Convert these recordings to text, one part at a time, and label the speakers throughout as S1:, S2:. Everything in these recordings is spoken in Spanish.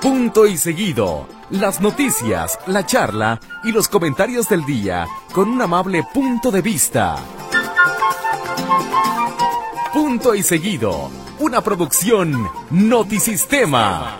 S1: Punto y seguido. Las noticias, la charla y los comentarios del día con un amable punto de vista. Punto y seguido. Una producción Notisistema.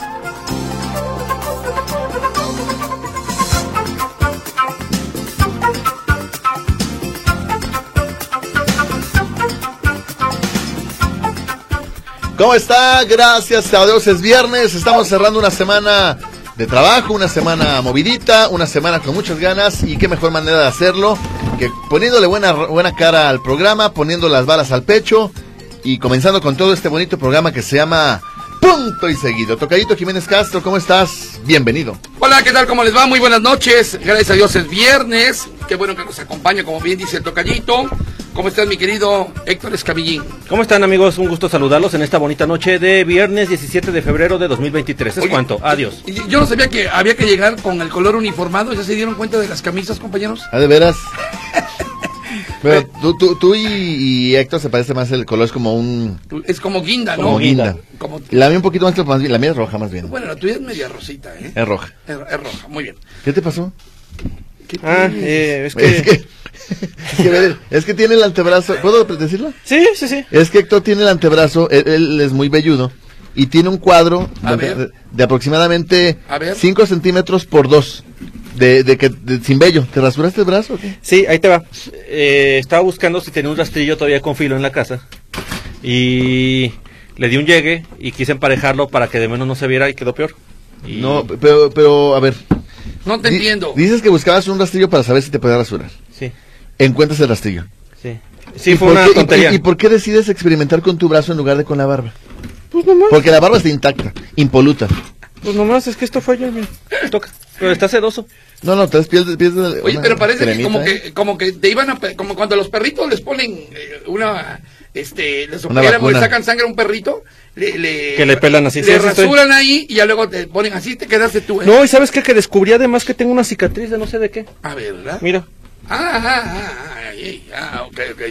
S2: ¿Cómo está? Gracias a Dios es viernes. Estamos cerrando una semana de trabajo, una semana movidita, una semana con muchas ganas y qué mejor manera de hacerlo que poniéndole buena, buena cara al programa, poniendo las balas al pecho y comenzando con todo este bonito programa que se llama Punto y Seguido. Tocadito Jiménez Castro, ¿cómo estás? Bienvenido.
S3: Hola, ¿qué tal? ¿Cómo les va? Muy buenas noches. Gracias a Dios es viernes. Qué bueno que nos acompaña, como bien dice el tocallito. ¿Cómo estás, mi querido Héctor Escamillín?
S4: ¿Cómo están amigos? Un gusto saludarlos en esta bonita noche de viernes 17 de febrero de 2023. Es
S3: Oye,
S4: cuanto, adiós.
S3: Y- y- Yo no sabía que había que llegar con el color uniformado. ¿Ya se dieron cuenta de las camisas, compañeros?
S2: ¿Ah, de veras? Pero tú, tú, tú y, y Héctor se parece más el color, es como un...
S3: Es como guinda, ¿no?
S2: Como guinda.
S3: Como-
S2: La mía un poquito más, pero más bien- la mía es roja más bien.
S3: Bueno, la tuya es media rosita, ¿eh?
S2: Es roja.
S3: Es, es roja, muy bien.
S2: ¿Qué te pasó?
S3: ¿Qué
S4: Ah,
S3: tienes?
S4: eh, es
S2: Es
S4: que...
S2: que, es que, ve, es que tiene el antebrazo. ¿Puedo decirlo?
S4: Sí, sí, sí.
S2: Es que Héctor tiene el antebrazo, él, él es muy velludo, y tiene un cuadro
S3: A
S2: de,
S3: ver.
S2: de aproximadamente
S3: A ver.
S2: 5 centímetros por 2. De, de que de- sin vello, ¿te rasuraste el brazo? o qué?
S4: Sí, ahí te va. Eh, estaba buscando si tenía un rastrillo todavía con filo en la casa. Y le di un llegue y quise emparejarlo para que de menos no se viera y quedó peor. Y-
S2: No, pero, pero a ver.
S3: No te
S2: di-
S3: entiendo.
S2: Dices que buscabas un rastrillo para saber si te podías rasurar.
S4: Sí,
S2: Encuentras el rastrillo.
S4: sí. Sí,
S2: ¿Y
S4: fue
S2: por
S4: una
S2: qué- y-
S4: tontería.
S2: Y, y por qué decides experimentar con tu brazo en lugar de con la barba?
S4: Pues nomás,
S2: Porque la barba está intacta, impoluta.
S4: pues nomás, es que esto fue ayer, mira. Toca. Pero está sedoso.
S2: No, no, tres pies de. pies de-
S3: Oye,
S2: una
S3: pero parece que
S2: cremita,
S3: como,
S2: ¿eh?
S3: que como que te iban a... pe- Como cuando a los perritos les ponen eh, una... Este, les
S2: Una
S3: operan o le
S2: vacuna.
S3: sacan sangre a un perrito, le, le-
S4: Que le pelan así, sí,
S3: le
S4: así estoy.
S3: rasuran ahí y ya luego te ponen así, te quedaste tú. ¿eh?
S4: No, y ¿sabes qué? Que descubrí además que tengo una cicatriz de no sé de qué.
S3: A ver, ¿verdad?
S4: Mira.
S3: Ah, ah, ah, ah, ay, ah, ok, ok.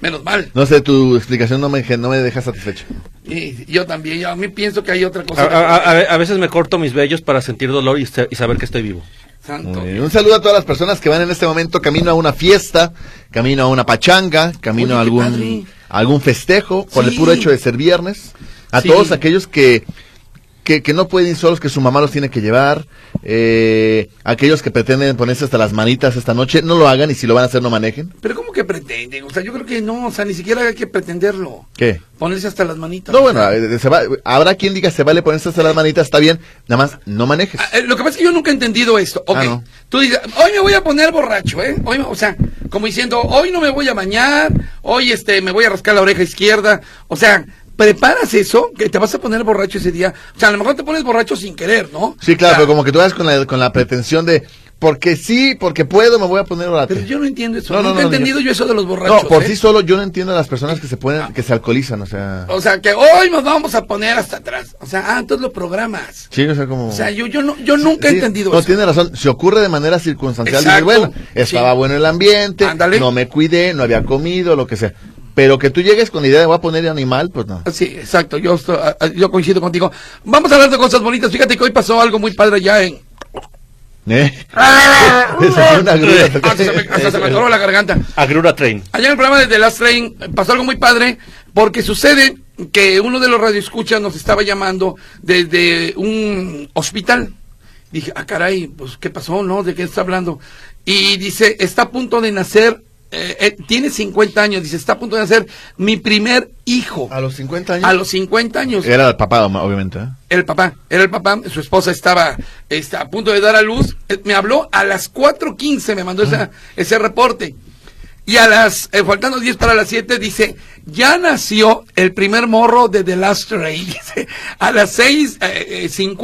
S3: Menos mal.
S2: No sé, tu explicación no me, no me deja satisfecho.
S3: Y yo también, yo a mí pienso que hay otra
S4: A,
S3: cosa.
S4: a-
S3: eh,
S4: a- a veces me corto mis vellos para sentir dolor y, sa- y saber que estoy vivo.
S3: Santo.
S2: Muy bien. Un saludo a todas las personas que van en este momento camino a una fiesta, camino a una pachanga, camino a
S3: Oye, qué
S2: algún,
S3: padre.
S2: a algún festejo, por el
S3: Sí.
S2: puro hecho de ser viernes. A
S3: Sí.
S2: todos aquellos que, que, que no pueden ir solos, que su mamá los tiene que llevar. eh, aquellos que pretenden ponerse hasta las manitas esta noche, no lo hagan y si lo van a hacer, no manejen.
S3: Pero ¿cómo que pretenden? O sea, yo creo que no, o sea, ni siquiera hay que pretenderlo.
S2: ¿Qué?
S3: Ponerse hasta las manitas.
S2: No, bueno, eh, se va- habrá quien diga se vale ponerse hasta las manitas, está bien, nada más no manejes.
S3: Ah, eh, lo que pasa es que yo nunca he entendido esto. Ok.
S2: Ah, no.
S3: Tú dices, hoy me voy a poner borracho, ¿eh? Hoy, me- o sea, como diciendo, hoy no me voy a bañar, hoy este, me voy a rascar la oreja izquierda. O sea, preparas eso, que te vas a poner borracho ese día. O sea, a lo mejor te pones borracho sin querer, ¿no?
S2: Sí, claro,
S3: O sea,
S2: pero como que tú vas con la, con la pretensión de porque sí, porque puedo, me voy a poner orate.
S3: Pero yo no entiendo eso.
S2: No, no,
S3: Nunca he
S2: no,
S3: entendido
S2: yo-
S3: yo... eso de los borrachos.
S2: No, por
S3: ¿eh? Ah.
S2: sí solo yo no entiendo a las personas que se ponen, que se alcoholizan, o sea.
S3: O sea, que hoy nos vamos a poner hasta atrás. O sea, ah, entonces lo programas.
S2: Sí, o sea, como.
S3: O sea, yo, yo, no, yo nunca he
S2: Sí,
S3: entendido
S2: No,
S3: eso.
S2: tiene razón. Se ocurre de manera circunstancial. Dices,
S3: Exacto,
S2: bueno, estaba
S3: sí.
S2: bueno el ambiente,
S3: Ándale.
S2: no me cuidé, no había comido, lo que sea. Pero que tú llegues con la idea de voy a poner animal, pues no.
S3: Sí, exacto, yo, estoy- ah, ah, yo coincido contigo. Vamos a hablar de cosas bonitas. Fíjate que hoy pasó algo muy padre allá en...
S2: ¿Eh?
S3: Ah,
S2: Eso fue una gruda.
S3: hasta se me, hasta se me atoró la garganta.
S4: Agrura Train.
S3: Allá en el programa de The Last Train eh, pasó algo muy padre, porque sucede que uno de los radioescuchas nos estaba llamando desde un hospital. Dije, ah, caray, pues, ¿qué pasó, no? ¿De qué está hablando? Y dice, está a punto de nacer, eh, eh, tiene 50 años, dice, está a punto de nacer mi primer hijo.
S2: A los 50 años.
S3: A los 50 años.
S2: Era el papá, obviamente. ¿eh?
S3: Era el papá, era el papá, su esposa estaba este, a punto de dar a luz, eh, me habló a las 4.15, me mandó
S4: Ah.
S3: esa- ese reporte. Y a las, eh, faltando 10 para las 7, dice, ya nació el primer morro de The Last Train. Dice, a las 6.50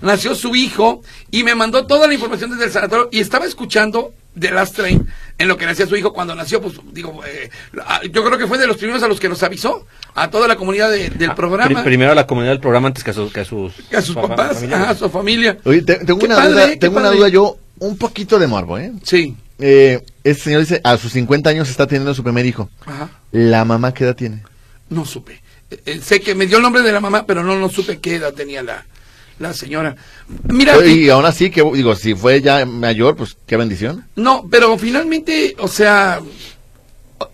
S3: nació su hijo y me mandó toda la información desde el sanatorio y estaba escuchando The Last Train en lo que nacía su hijo cuando nació, pues digo, eh, ah, yo creo que fue de los primeros a los que nos avisó, a toda la comunidad de- del
S4: Ah,
S3: programa
S4: pri- primero a la comunidad del programa antes que a, sus- que a sus,
S3: que a sus
S4: papá-
S3: papás,
S4: familiares.
S3: ajá, a su familia.
S2: Oye, te- tengo
S3: Qué
S2: una
S3: padre,
S2: duda,
S3: qué
S2: tengo una
S3: padre.
S2: duda yo, un poquito de morbo, ¿eh?
S3: Sí.
S2: Eh, este señor dice, a sus 50 años está teniendo su primer hijo.
S3: Ajá.
S2: ¿La mamá qué edad tiene?
S3: No supe. Eh, eh, sé que me dio el nombre de la mamá, pero no, no supe qué edad tenía la, la señora. Mira,
S2: Y aún así, que digo, si fue ya mayor, pues qué bendición.
S3: no, pero finalmente, o sea,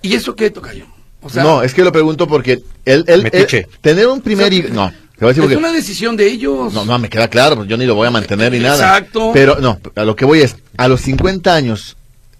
S3: ¿y eso qué toca yo? O sea,
S2: no, es que lo pregunto porque él, él-
S4: Metiche.
S2: él- tener un primer
S3: O sea,
S2: hijo, no, te voy a
S3: es
S2: decir porque-
S3: una decisión de ellos.
S2: no, no, me queda claro, pues yo ni lo voy a mantener ni nada.
S3: Exacto.
S2: Pero no, a lo que voy es, a los 50 años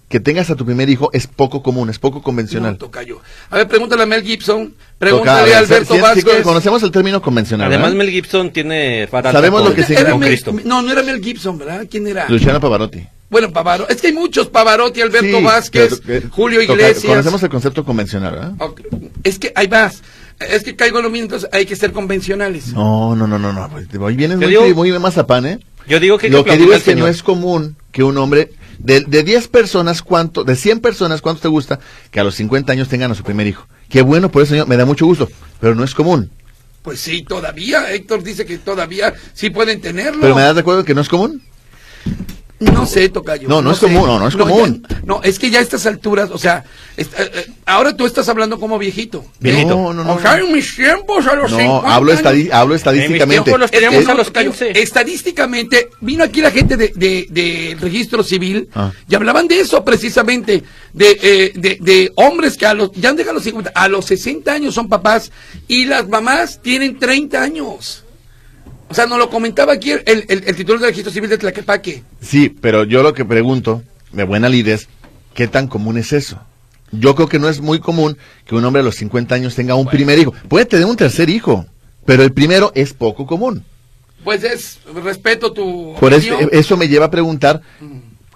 S2: que tengas a tu primer hijo es poco común, es poco convencional.
S3: No, tocayo. A ver, pregúntale a Mel Gibson,
S2: Toca-
S3: pregúntale a
S2: sí,
S3: Alberto
S2: sí,
S3: Vázquez.
S2: conocemos el término convencional.
S4: Además,
S2: ¿verdad?
S4: Mel Gibson tiene farata
S2: Sabemos lo
S4: con-
S2: que
S3: Era-
S2: sí,
S3: era
S4: con
S3: Mel-
S4: Cristo.
S3: no, no era Mel Gibson, ¿verdad? ¿Quién era?
S2: Luciano Pavarotti.
S3: Bueno, Pavarotti. Es que hay muchos. Pavarotti, Alberto
S2: Sí,
S3: Vázquez,
S2: pero, eh,
S3: Julio
S2: toca-
S3: Iglesias.
S2: Conocemos el concepto convencional, ¿verdad?
S3: Ok, Es que ahí vas. Es que caigo en lo mismo, entonces hay que ser convencionales.
S2: No, no, no, no, no. pues, Hoy vienes
S4: Te
S2: muy,
S4: digo-
S2: tri- muy de mazapán, ¿eh?
S4: Yo digo que hay
S2: Lo que
S4: aplaudir
S2: digo
S4: al
S2: es que no
S4: señor.
S2: es común que un hombre de, de 10 personas, ¿cuánto? De 100 personas, ¿cuánto te gusta que a los 50 años tengan a su primer hijo? Qué bueno, por eso yo- me da mucho gusto, pero no es común.
S3: Pues sí, todavía. Héctor dice que todavía sí pueden tenerlo.
S2: ¿Pero me das de acuerdo que no es común?
S3: No sé, Tocayo.
S2: No, no es
S3: sé.
S2: común, no, no es
S3: ya-
S2: común.
S3: no, es que ya a estas alturas, o sea, est- eh, eh, ahora tú estás hablando como viejito.
S4: Viejito.
S2: No, no, no.
S3: o sea, en mis tiempos a los
S2: No, Eh,
S3: 50
S2: hablo,
S3: años-
S2: estadi- hablo estadísticamente. eh,
S4: tiempos los
S3: Es-
S4: teníamos
S3: es-
S4: a los
S3: Tocayo,
S4: 15.
S3: Eh, Estadísticamente, vino aquí la gente de- de- del registro civil
S2: Ah.
S3: y hablaban de eso precisamente, de, eh, de, de hombres que a los, ya han dejado los 50, a los 60 años son papás y las mamás tienen 30 años. O sea, nos lo comentaba aquí el, el, el titular del registro civil de Tlaquepaque.
S2: Sí, pero yo lo que pregunto, de buena lid, es, ¿qué tan común es eso? Yo creo que no es muy común que un hombre a los 50 años tenga un primer hijo. Puede tener un tercer hijo, pero el primero es poco común.
S3: Pues es, respeto tu
S2: Por eso, eh,
S3: opinión.
S2: eso me lleva a preguntar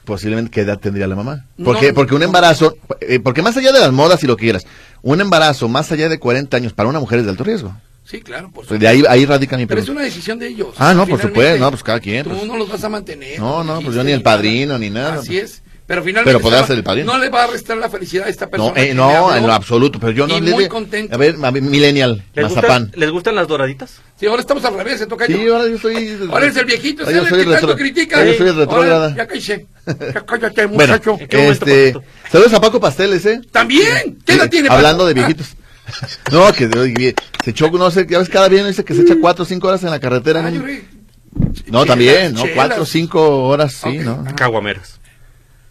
S2: posiblemente qué edad tendría la mamá.
S3: No,
S2: Porque, porque un
S3: no.
S2: embarazo, eh, porque más allá de las modas y lo que quieras, un embarazo más allá de 40 años para una mujer es de alto riesgo.
S3: Sí, claro, por supuesto.
S2: De ahí, ahí radica mi
S3: Pero es
S2: pregunta.
S3: una decisión de ellos.
S2: Ah, no, por
S3: Finalmente,
S2: supuesto, no, pues cada quien,
S3: Tú
S2: pues.
S3: no los vas a mantener.
S2: No,
S3: como
S2: no, pues
S3: dijiste,
S2: yo ni el
S3: nada.
S2: padrino, ni nada.
S3: Así es. Pero finalmente.
S2: Pero podrá
S3: se va-
S2: ser el padrino.
S3: No le va a restar la felicidad a esta persona.
S2: No, eh,
S3: que me
S2: no,
S3: habló
S2: en lo absoluto, pero yo no
S3: y
S2: le-
S3: muy contento.
S2: A ver, a mí, millennial,
S4: ¿Les,
S2: mazapán.
S4: gustan, ¿Les gustan las doraditas?
S3: Sí, ahora estamos al revés, se toca
S2: Sí,
S3: yo.
S2: ahora yo soy...
S3: Ahora es el viejito, es
S2: ahora yo
S3: el
S2: soy
S3: que tanto
S2: retro-
S3: critica.
S2: ahora yo soy el
S3: Ahora,
S2: retrógrada.
S3: Ya cállate. Ya cállate,
S2: Bueno,
S3: muchacho.
S4: ¿En qué momento,
S2: este,
S4: Paquito?
S2: saludos a Paco Pasteles, ¿eh?
S3: También. ¿Qué edad
S2: Eh,
S3: tiene?
S2: Hablando
S3: Paco?
S2: de viejitos. No, que oye, se echó, no sé, ya ves, cada bien dice que se echa cuatro o cinco horas en la
S3: Ah,
S2: carretera.
S3: ah,
S2: ¿no?
S3: yo re-
S2: No,
S3: chelas,
S2: también, ¿no?
S3: chelas.
S2: Cuatro o cinco horas, sí,
S3: Ok.
S2: ¿no?
S4: Caguameras.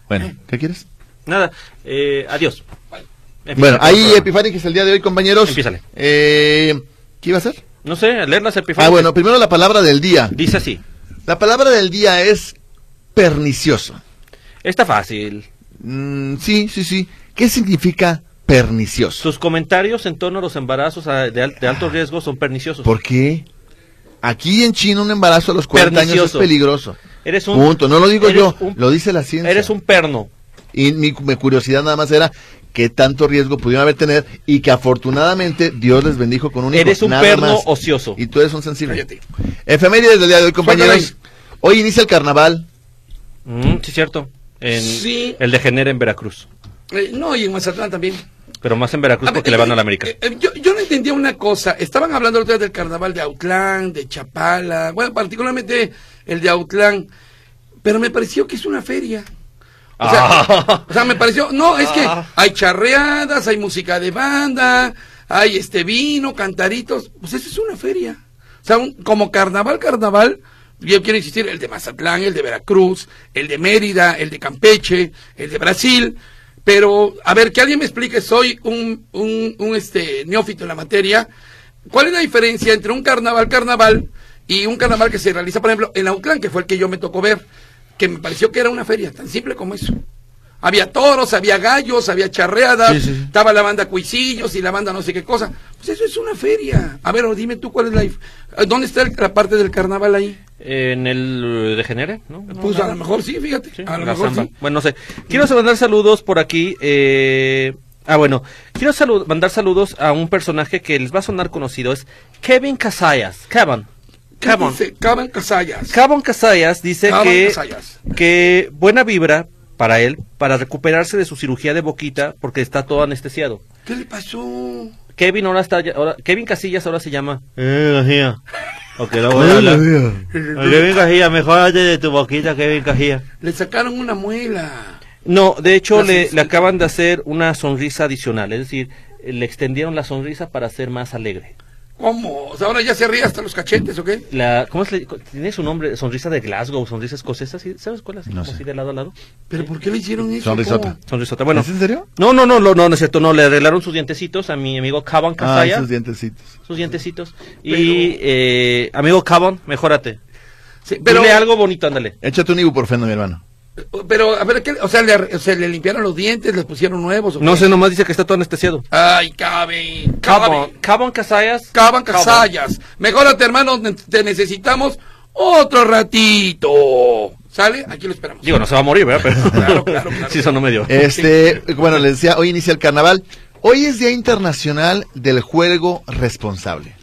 S2: Bueno, ¿qué quieres?
S4: Nada, eh, adiós.
S2: Bueno,
S4: Empieza con el
S2: ahí
S4: programa.
S2: Epifani, que es el día de hoy, compañeros.
S4: Empízale.
S2: Eh, ¿Qué iba a hacer?
S4: No sé, leer las epifanías.
S2: Ah, bueno, primero la palabra del día.
S4: Dice así.
S2: La palabra del día es pernicioso.
S4: Está fácil.
S2: Mm, sí, sí, sí. ¿Qué significa pernicioso?
S4: Sus comentarios en torno a los embarazos a- de, al- de alto riesgo son perniciosos.
S2: ¿Por qué? Aquí en China un embarazo a los 40 años es
S4: Pernicioso.
S2: peligroso.
S4: Eres un,
S2: Punto. No lo digo
S4: eres
S2: yo,
S4: un-
S2: lo dice la ciencia.
S4: Eres un perno.
S2: Y mi, mi curiosidad nada más era qué tanto riesgo pudieron haber tener y que afortunadamente Dios les bendijo con un hijo.
S4: Eres un
S2: nada
S4: perno
S2: más.
S4: ocioso.
S2: Y tú eres un sensible.
S3: Cállate.
S2: Efemérides del día de hoy, compañeros.
S3: Suéltala
S2: Hoy inicia el carnaval.
S4: Mm, sí, cierto. En-
S3: Sí.
S4: El de Genera en Veracruz.
S3: Eh, No, y en Mazatlán también.
S4: Pero más en Veracruz
S3: A
S4: porque
S3: ver,
S4: le van
S3: eh,
S4: a la América.
S3: eh, eh, yo, yo no entendía una cosa. Estaban hablando el otro día del carnaval de Autlán, de Chapala, bueno, particularmente el de Autlán, pero me pareció que es una feria. O sea,
S4: Ah.
S3: o sea, me pareció, no, es que
S4: Ah.
S3: hay charreadas, hay música de banda, hay este vino, cantaritos, pues eso es una feria. O sea, un- como carnaval, carnaval, yo quiero insistir, el de Mazatlán, el de Veracruz, el de Mérida, el de Campeche, el de Brasil, pero a ver, que alguien me explique, soy un, un, un, este, neófito en la materia, ¿cuál es la diferencia entre un carnaval, carnaval y un carnaval que se realiza, por ejemplo, en Autlán, que fue el que yo me tocó ver, que me pareció que era una feria, tan simple como eso. Había toros, había gallos, había charreadas,
S2: Sí, sí, sí.
S3: estaba la banda Cuisillos y la banda no sé qué cosa. Pues eso es una feria. A ver, o dime tú cuál es la... dif- ¿Dónde está el- la parte del carnaval ahí?
S4: En el eh, de Genera, ¿no? No,
S3: Pues a
S4: nada.
S3: lo mejor sí, fíjate.
S4: Sí,
S3: a lo
S4: la
S3: mejor
S4: samba.
S3: sí.
S4: Bueno, no sé. Quiero mandar saludos por aquí. eh, Ah, bueno. Quiero salu- mandar saludos a un personaje que les va a sonar conocido. Es Kevin Casillas. Kevin. Kevin.
S3: Dice Caban Casallas.
S4: Kevin Casillas dice
S3: Kevin
S4: que,
S3: Casillas.
S4: que buena vibra para él, para recuperarse de su cirugía de boquita, porque está todo anestesiado.
S3: ¿Qué le pasó?
S4: Kevin ahora está, ya- ahora- Kevin Casillas ahora se llama. Eh, Ok, lo voy a hablar. Kevin Casillas, mejorate de tu boquita, Kevin Casillas.
S3: Le sacaron una muela.
S4: No, de hecho
S3: Las
S4: le,
S3: ex-
S4: le acaban eh, de hacer una sonrisa adicional, es decir, le extendieron la sonrisa para ser más alegre.
S3: ¿Cómo? O sea, ahora ya se ríe hasta los cachetes, ¿o qué?
S4: La, ¿Cómo es? le- ¿Tiene su nombre? Sonrisa de Glasgow, sonrisa escocesa, ¿sí? ¿sabes cuál? Así,
S2: No
S4: como
S2: sé.
S4: así de lado a lado.
S3: ¿Pero por qué le hicieron eso?
S2: Sonrisota.
S3: ¿Cómo?
S4: Sonrisota, bueno.
S2: ¿Es en serio?
S4: No, no, no, no, no, no es cierto, no, le arreglaron sus dientecitos a mi amigo Caban
S2: Ah,
S4: Casaya,
S2: esos dientecitos.
S4: sus dientecitos.
S3: Pero-
S4: Y, eh, amigo Caban, mejórate.
S3: Sí, pero,
S4: Dile algo bonito, ándale.
S2: Échate un ibuprofeno, mi hermano.
S3: pero, a ver, ¿qué? O sea, le, ar- o sea, le limpiaron los dientes, les pusieron nuevos, ¿o qué?
S4: No sé, nomás dice que está todo anestesiado.
S3: Ay, cabe,
S4: Caban,
S3: cabe.
S4: Caban Casayas.
S3: Caban Casayas. Mejórate, hermano, ne- te necesitamos otro ratito. ¿Sale? Aquí lo esperamos.
S4: Digo, no se va a morir, ¿verdad? Pero,
S3: Claro, claro, claro.
S4: Sí, eso no me dio.
S2: Este, bueno, les decía, hoy inicia el carnaval. Hoy es Día Internacional del Juego Responsable.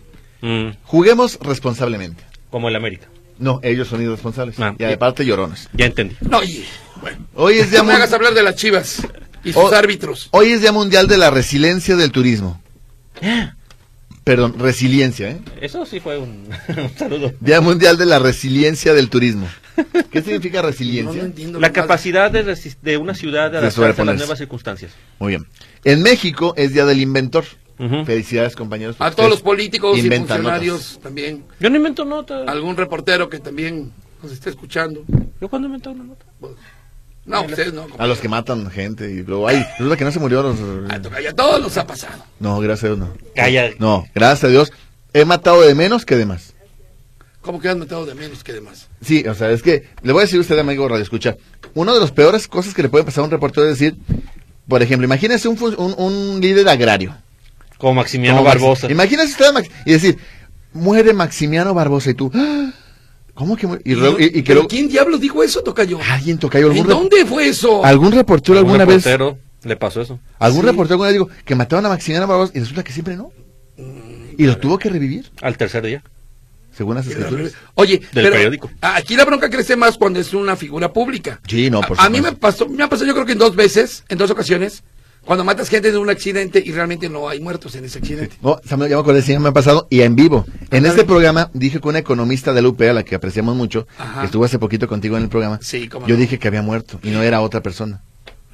S4: Mm,
S2: Juguemos responsablemente.
S4: como el América.
S2: No, ellos son irresponsables.
S4: Ah.
S2: y aparte llorones.
S4: Ya entendí.
S3: No, y, bueno,
S2: Hoy es Día
S3: ya me
S2: Mun-
S3: hagas hablar de las chivas y sus
S2: Oh.
S3: árbitros.
S2: Hoy es Día Mundial de la Resiliencia del Turismo. Perdón, resiliencia, ¿eh?
S4: Eso sí fue un, un saludo.
S2: Día Mundial de la Resiliencia del Turismo. ¿Qué significa
S3: No, no
S2: resiliencia?
S3: entiendo.
S4: La
S3: nomás.
S4: capacidad de, resist- de una ciudad de
S2: De
S4: adaptarse a las
S2: sobreponerse.
S4: nuevas circunstancias.
S2: Muy bien. En México es Día del Inventor.
S4: Ujú.
S2: Felicidades, compañeros.
S3: A todos los
S2: Ustedes
S3: políticos y
S2: inventan
S3: funcionarios
S2: notas.
S3: también.
S4: Yo no invento nota.
S3: Algún reportero que también nos esté escuchando.
S4: ¿Yo cuándo invento una nota?
S3: No, ustedes no.
S2: A los que matan gente. Y luego, ay, resulta que no se murió. los-
S3: A tu- a todos nos ha pasado.
S2: No, gracias a Dios, no.
S4: Calla.
S2: No, gracias a Dios. He matado de menos que de más.
S3: ¿Cómo que han matado de menos que demás?
S2: Sí, o sea, es que le voy a decir a usted, amigo Radio Escucha, una de las peores cosas que le puede pasar a un reportero es decir, por ejemplo, imagínese un, fun- un, un líder agrario.
S4: Como Maximiano
S2: como Max-
S4: Barbosa.
S2: Imagínese usted a Max- y decir, muere Maximiano Barbosa y tú, "Ah, ¿cómo que muere? Y, luego- y- y que
S3: ¿Pero
S2: luego-
S3: ¿Quién diablos dijo eso, Tocayo?
S2: alguien toca algún,
S3: ¿En
S2: re-
S3: dónde fue eso?
S2: algún reportero
S4: Algún
S2: alguna vez,
S4: reportero le pasó eso.
S2: algún
S3: Sí.
S2: reportero alguna vez digo, que mataron a Maximiano Barbosa y resulta que siempre no.
S3: Mm,
S2: Y lo tuvo que revivir,
S4: Al tercer día.
S2: según las escrituras.
S3: Oye, pero
S4: periódico.
S3: Aquí la bronca crece más cuando es una figura pública.
S2: Sí, no, por
S3: a, a mí me
S2: supuesto.
S3: pasó, me ha pasado yo creo que en dos veces, en dos ocasiones, cuando matas gente en un accidente y realmente no hay muertos en ese accidente.
S2: No, Samuel, ya me acordé, sí, ya me ha pasado, y en vivo. En
S3: Ándale.
S2: este programa dije que una economista de la UP, a la que apreciamos mucho,
S3: Ajá.
S2: que estuvo hace poquito contigo en el programa,
S3: Sí, cómo
S2: yo
S3: no.
S2: dije que había muerto y no era otra persona.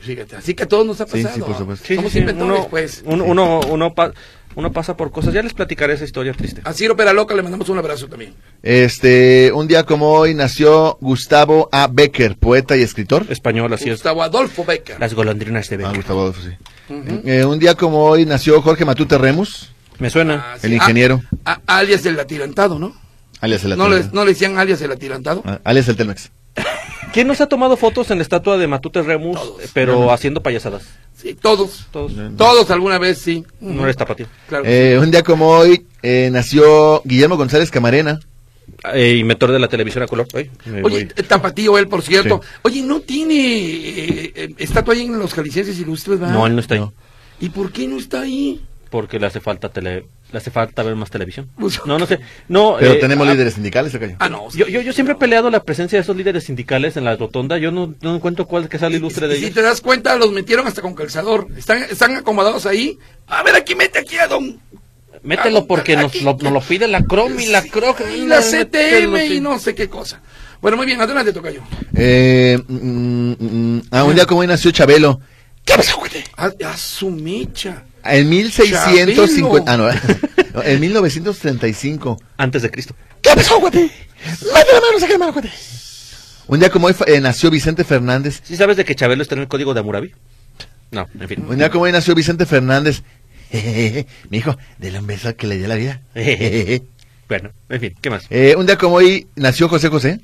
S3: Fíjate, así que a todos nos ha
S2: Sí, sí,
S3: pasado.
S2: por supuesto.
S3: Somos inventores,
S4: uno,
S3: pues.
S4: uno, uno, uno pa- uno pasa por cosas. Ya les platicaré esa historia triste.
S3: A Ciro Peraloca le mandamos un abrazo también.
S2: Este, un día como hoy nació Gustavo A. Becker, poeta y escritor.
S4: Español, así es.
S3: Gustavo Adolfo Becker.
S4: Las golondrinas de
S2: Ah,
S4: Becker.
S2: Gustavo Adolfo, sí. Eh, un día como hoy nació Jorge Matute Remus,
S4: Me suena.
S3: Ah, sí.
S2: el ingeniero.
S3: Ah, a- alias del atirantado, ¿no?
S2: alias el
S3: ¿No le,
S2: Telmex.
S3: ¿No le decían alias del atirantado?
S2: Ah, alias el Telmex.
S4: ¿Quién nos ha tomado fotos en la estatua de Matute Remus,
S3: Todos.
S4: pero haciendo payasadas?
S3: Sí, todos.
S4: Todos. No,
S3: Todos alguna vez, sí.
S4: eres tapatío.
S3: Claro.
S2: Eh, un día como hoy eh, nació Guillermo González Camarena.
S4: Eh, inventor de la televisión a color. Ay, me
S3: Oye, eh,
S4: voy.
S3: tapatío él, por cierto.
S2: Sí.
S3: Oye, ¿no tiene eh, eh, estatua ahí en los jaliscienses ilustres, verdad?
S4: no, él no está ahí.
S3: ¿Y por qué no está ahí?
S4: Porque le hace falta tele, le hace falta ver más televisión.
S3: Pues-
S4: No, no sé. No,
S2: Pero
S4: eh,
S2: tenemos
S4: ah,
S2: líderes sindicales, ¿o qué?
S3: Ah, no.
S4: Yo, yo, yo siempre he peleado la presencia de esos líderes sindicales en la rotonda. Yo no, no encuentro cuál que sale ilustre de
S3: Y Si
S4: ellos.
S3: te das cuenta, los metieron hasta con calzador. Están, están acomodados ahí. A ver, aquí mete aquí a don. Ah,
S4: Mételo porque nos lo, nos lo pide la Crom y la Croc.
S3: Y la
S4: mételo,
S3: CTM
S4: sí.
S3: y no sé qué cosa. Bueno, muy bien, adelante, Tocayo.
S2: Eh, mm, mm, ah, un día como hoy nació Chabelo. ¿Qué pasó, güey?
S3: A, a su mecha.
S2: En 1650. Ah,
S3: Chabelo.
S2: no, en 1935.
S4: Antes de Cristo.
S2: ¿Qué pasó, güey? Un día como hoy fa- eh, nació Vicente Fernández.
S4: ¿Sí sabes de que Chabelo está en el código de Hammurabi? No, en fin.
S2: Un día como hoy nació Vicente Fernández. Mi hijo, dele un beso que le dio la vida.
S4: Bueno, en fin, ¿qué más?
S2: Eh, un día como hoy nació José José.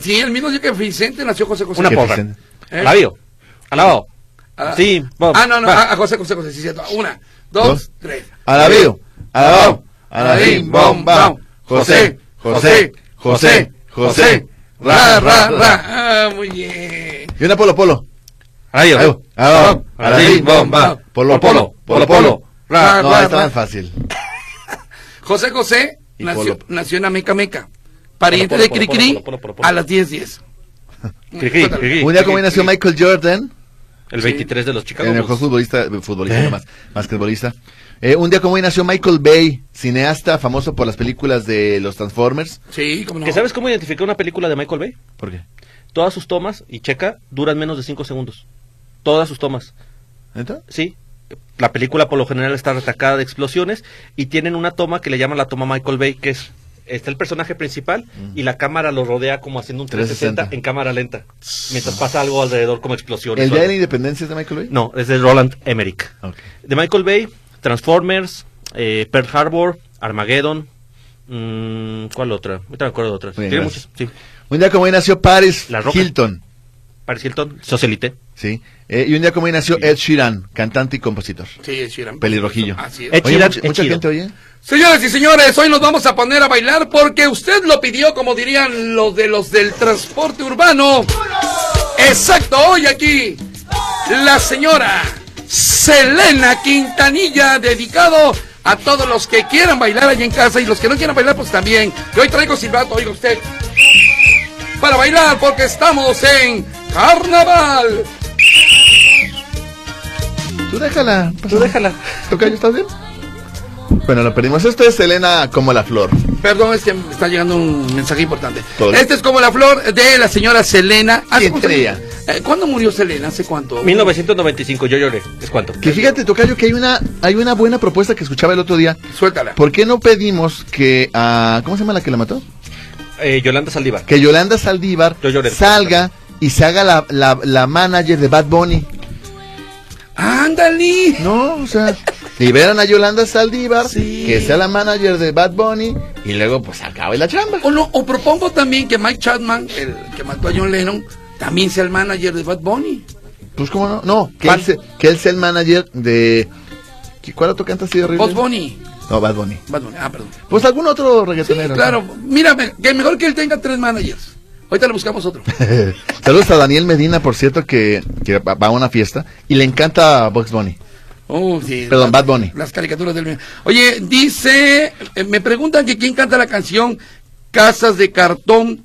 S3: Sí, el mismo día que Vicente nació José José.
S4: Una
S2: ¿Qué
S4: porra.
S2: dicen?
S3: ¿Eh?
S4: Alabio. Alabado.
S3: Ah,
S4: Sí, va,
S3: Ah, no, no,
S4: va.
S3: a, a José José José, sí, cierto. Una, dos,
S2: Dos.
S3: tres.
S2: Alabío. Alabao. Alabim, bom, bam. José, José, José, José.
S3: Ra, ra, ra. Ah, muy bien.
S2: Y una polo polo.
S4: Alabio.
S2: Alabao. Alabao. Alabim, bom, bam. Polo polo. Polo polo.
S3: Ra,
S2: No,
S3: ra,
S2: está
S3: ra.
S2: más fácil.
S3: José José
S2: Y Polo.
S3: nació, nació en Ameca Meca, pariente
S4: Polo,
S3: de
S4: polo, polo,
S3: Cricri
S4: polo, polo, polo, polo.
S3: a las 10:10.
S4: Cri, cri, cri, cri.
S2: Un día como hoy nació Michael Jordan.
S4: El 23 de los Chicago
S2: El mejor
S4: Bulls.
S2: futbolista, eh, futbolista no más, basquetbolista. Eh, un día como hoy nació Michael Bay, cineasta famoso por las películas de los Transformers.
S3: Sí, como no.
S4: ¿Que sabes cómo identificar una película de Michael Bay?
S2: ¿Por qué?
S4: Todas sus tomas, y checa, duran menos de 5 segundos. Todas sus tomas.
S2: ¿Neta?
S4: Sí. la película por lo general está retacada de explosiones y tienen una toma que le llaman la toma Michael Bay, que es está el personaje principal y la cámara lo rodea como haciendo un 360,
S2: 360.
S4: en cámara lenta, mientras pasa algo alrededor como explosiones.
S2: ¿El
S4: o
S2: día de
S4: algo.
S2: la independencia es de Michael Bay?
S4: No, es de Roland Emmerich.
S2: Ok.
S4: De Michael Bay, Transformers, eh, Pearl Harbor, Armageddon. mm, ¿Cuál otra? No me acuerdo de otras.
S2: Bien,
S4: Tiene
S2: gracias.
S4: muchas. Sí.
S2: Un día como hoy nació Paris
S4: La Roca.
S2: Hilton,
S4: Paris Hilton, Socialite.
S2: ¿sí? Eh, y un día como hoy nació Ed Sheeran, cantante y compositor.
S3: Sí, es Sheeran.
S2: Pelirrojillo.
S3: Así es.
S4: Ed
S2: Oye,
S4: Sheeran
S2: mucha,
S4: es
S2: mucha
S4: chido.
S2: gente, oye.
S3: Señoras y señores, hoy nos vamos a poner a bailar porque usted lo pidió, como dirían los de los del transporte urbano. Exacto, hoy aquí la señora Selena Quintanilla, dedicado a todos los que quieran bailar allá en casa y los que no quieran bailar, pues también. Y hoy traigo silbato, oiga usted, para bailar porque estamos en carnaval.
S2: Tú déjala.
S4: Tú déjala.
S2: Tocayo, ¿estás bien? Bueno, lo perdimos. Esto es Elena como la flor.
S3: Perdón, es que me está llegando un mensaje importante.
S2: Todo bien.
S3: Este es como la flor de la señora Selena. Ah, ¿cómo se-
S2: Quintanilla.
S3: Eh, ¿Cuándo murió Selena? ¿Hace cuánto?
S4: 1995, yo lloré. ¿Es cuánto?
S2: Que fíjate, Tocayo, que hay una, hay una buena propuesta que escuchaba el otro día.
S3: Suéltala.
S2: ¿Por qué no pedimos que a. ¿Cómo se llama la que la mató?
S4: Eh, Yolanda Saldívar.
S2: Que Yolanda Saldívar
S4: Yo lloré.
S2: salga y se haga la, la, la manager de Bad Bunny.
S3: ¡Ándale!
S2: No, o sea, liberan a Yolanda Saldívar,
S3: Sí.
S2: que sea la manager de Bad Bunny, y luego pues acaba la chamba.
S3: O, no, o propongo también que Mike Chapman, el que mató a John Lennon, también sea el manager de Bad Bunny.
S2: Pues cómo no, no, que,
S4: Pan.
S2: él, se- que él sea el manager de... ¿Qué- ¿Cuál otro canta así de horrible?
S3: Bad Bunny.
S2: No, Bad Bunny.
S3: Bad Bunny, ah, perdón. Sí,
S2: Pues algún otro reggaetonero.
S3: claro, mírame, que mejor que él tenga tres managers. Ahorita le buscamos otro.
S2: Saludos a Daniel Medina, por cierto, que, que va va a una fiesta y le encanta Box Bunny.
S3: Oh, sí.
S2: Perdón,
S3: Las-
S2: Bad Bunny.
S3: Las caricaturas del... Oye, dice, eh, me preguntan que quién canta la canción Casas de Cartón.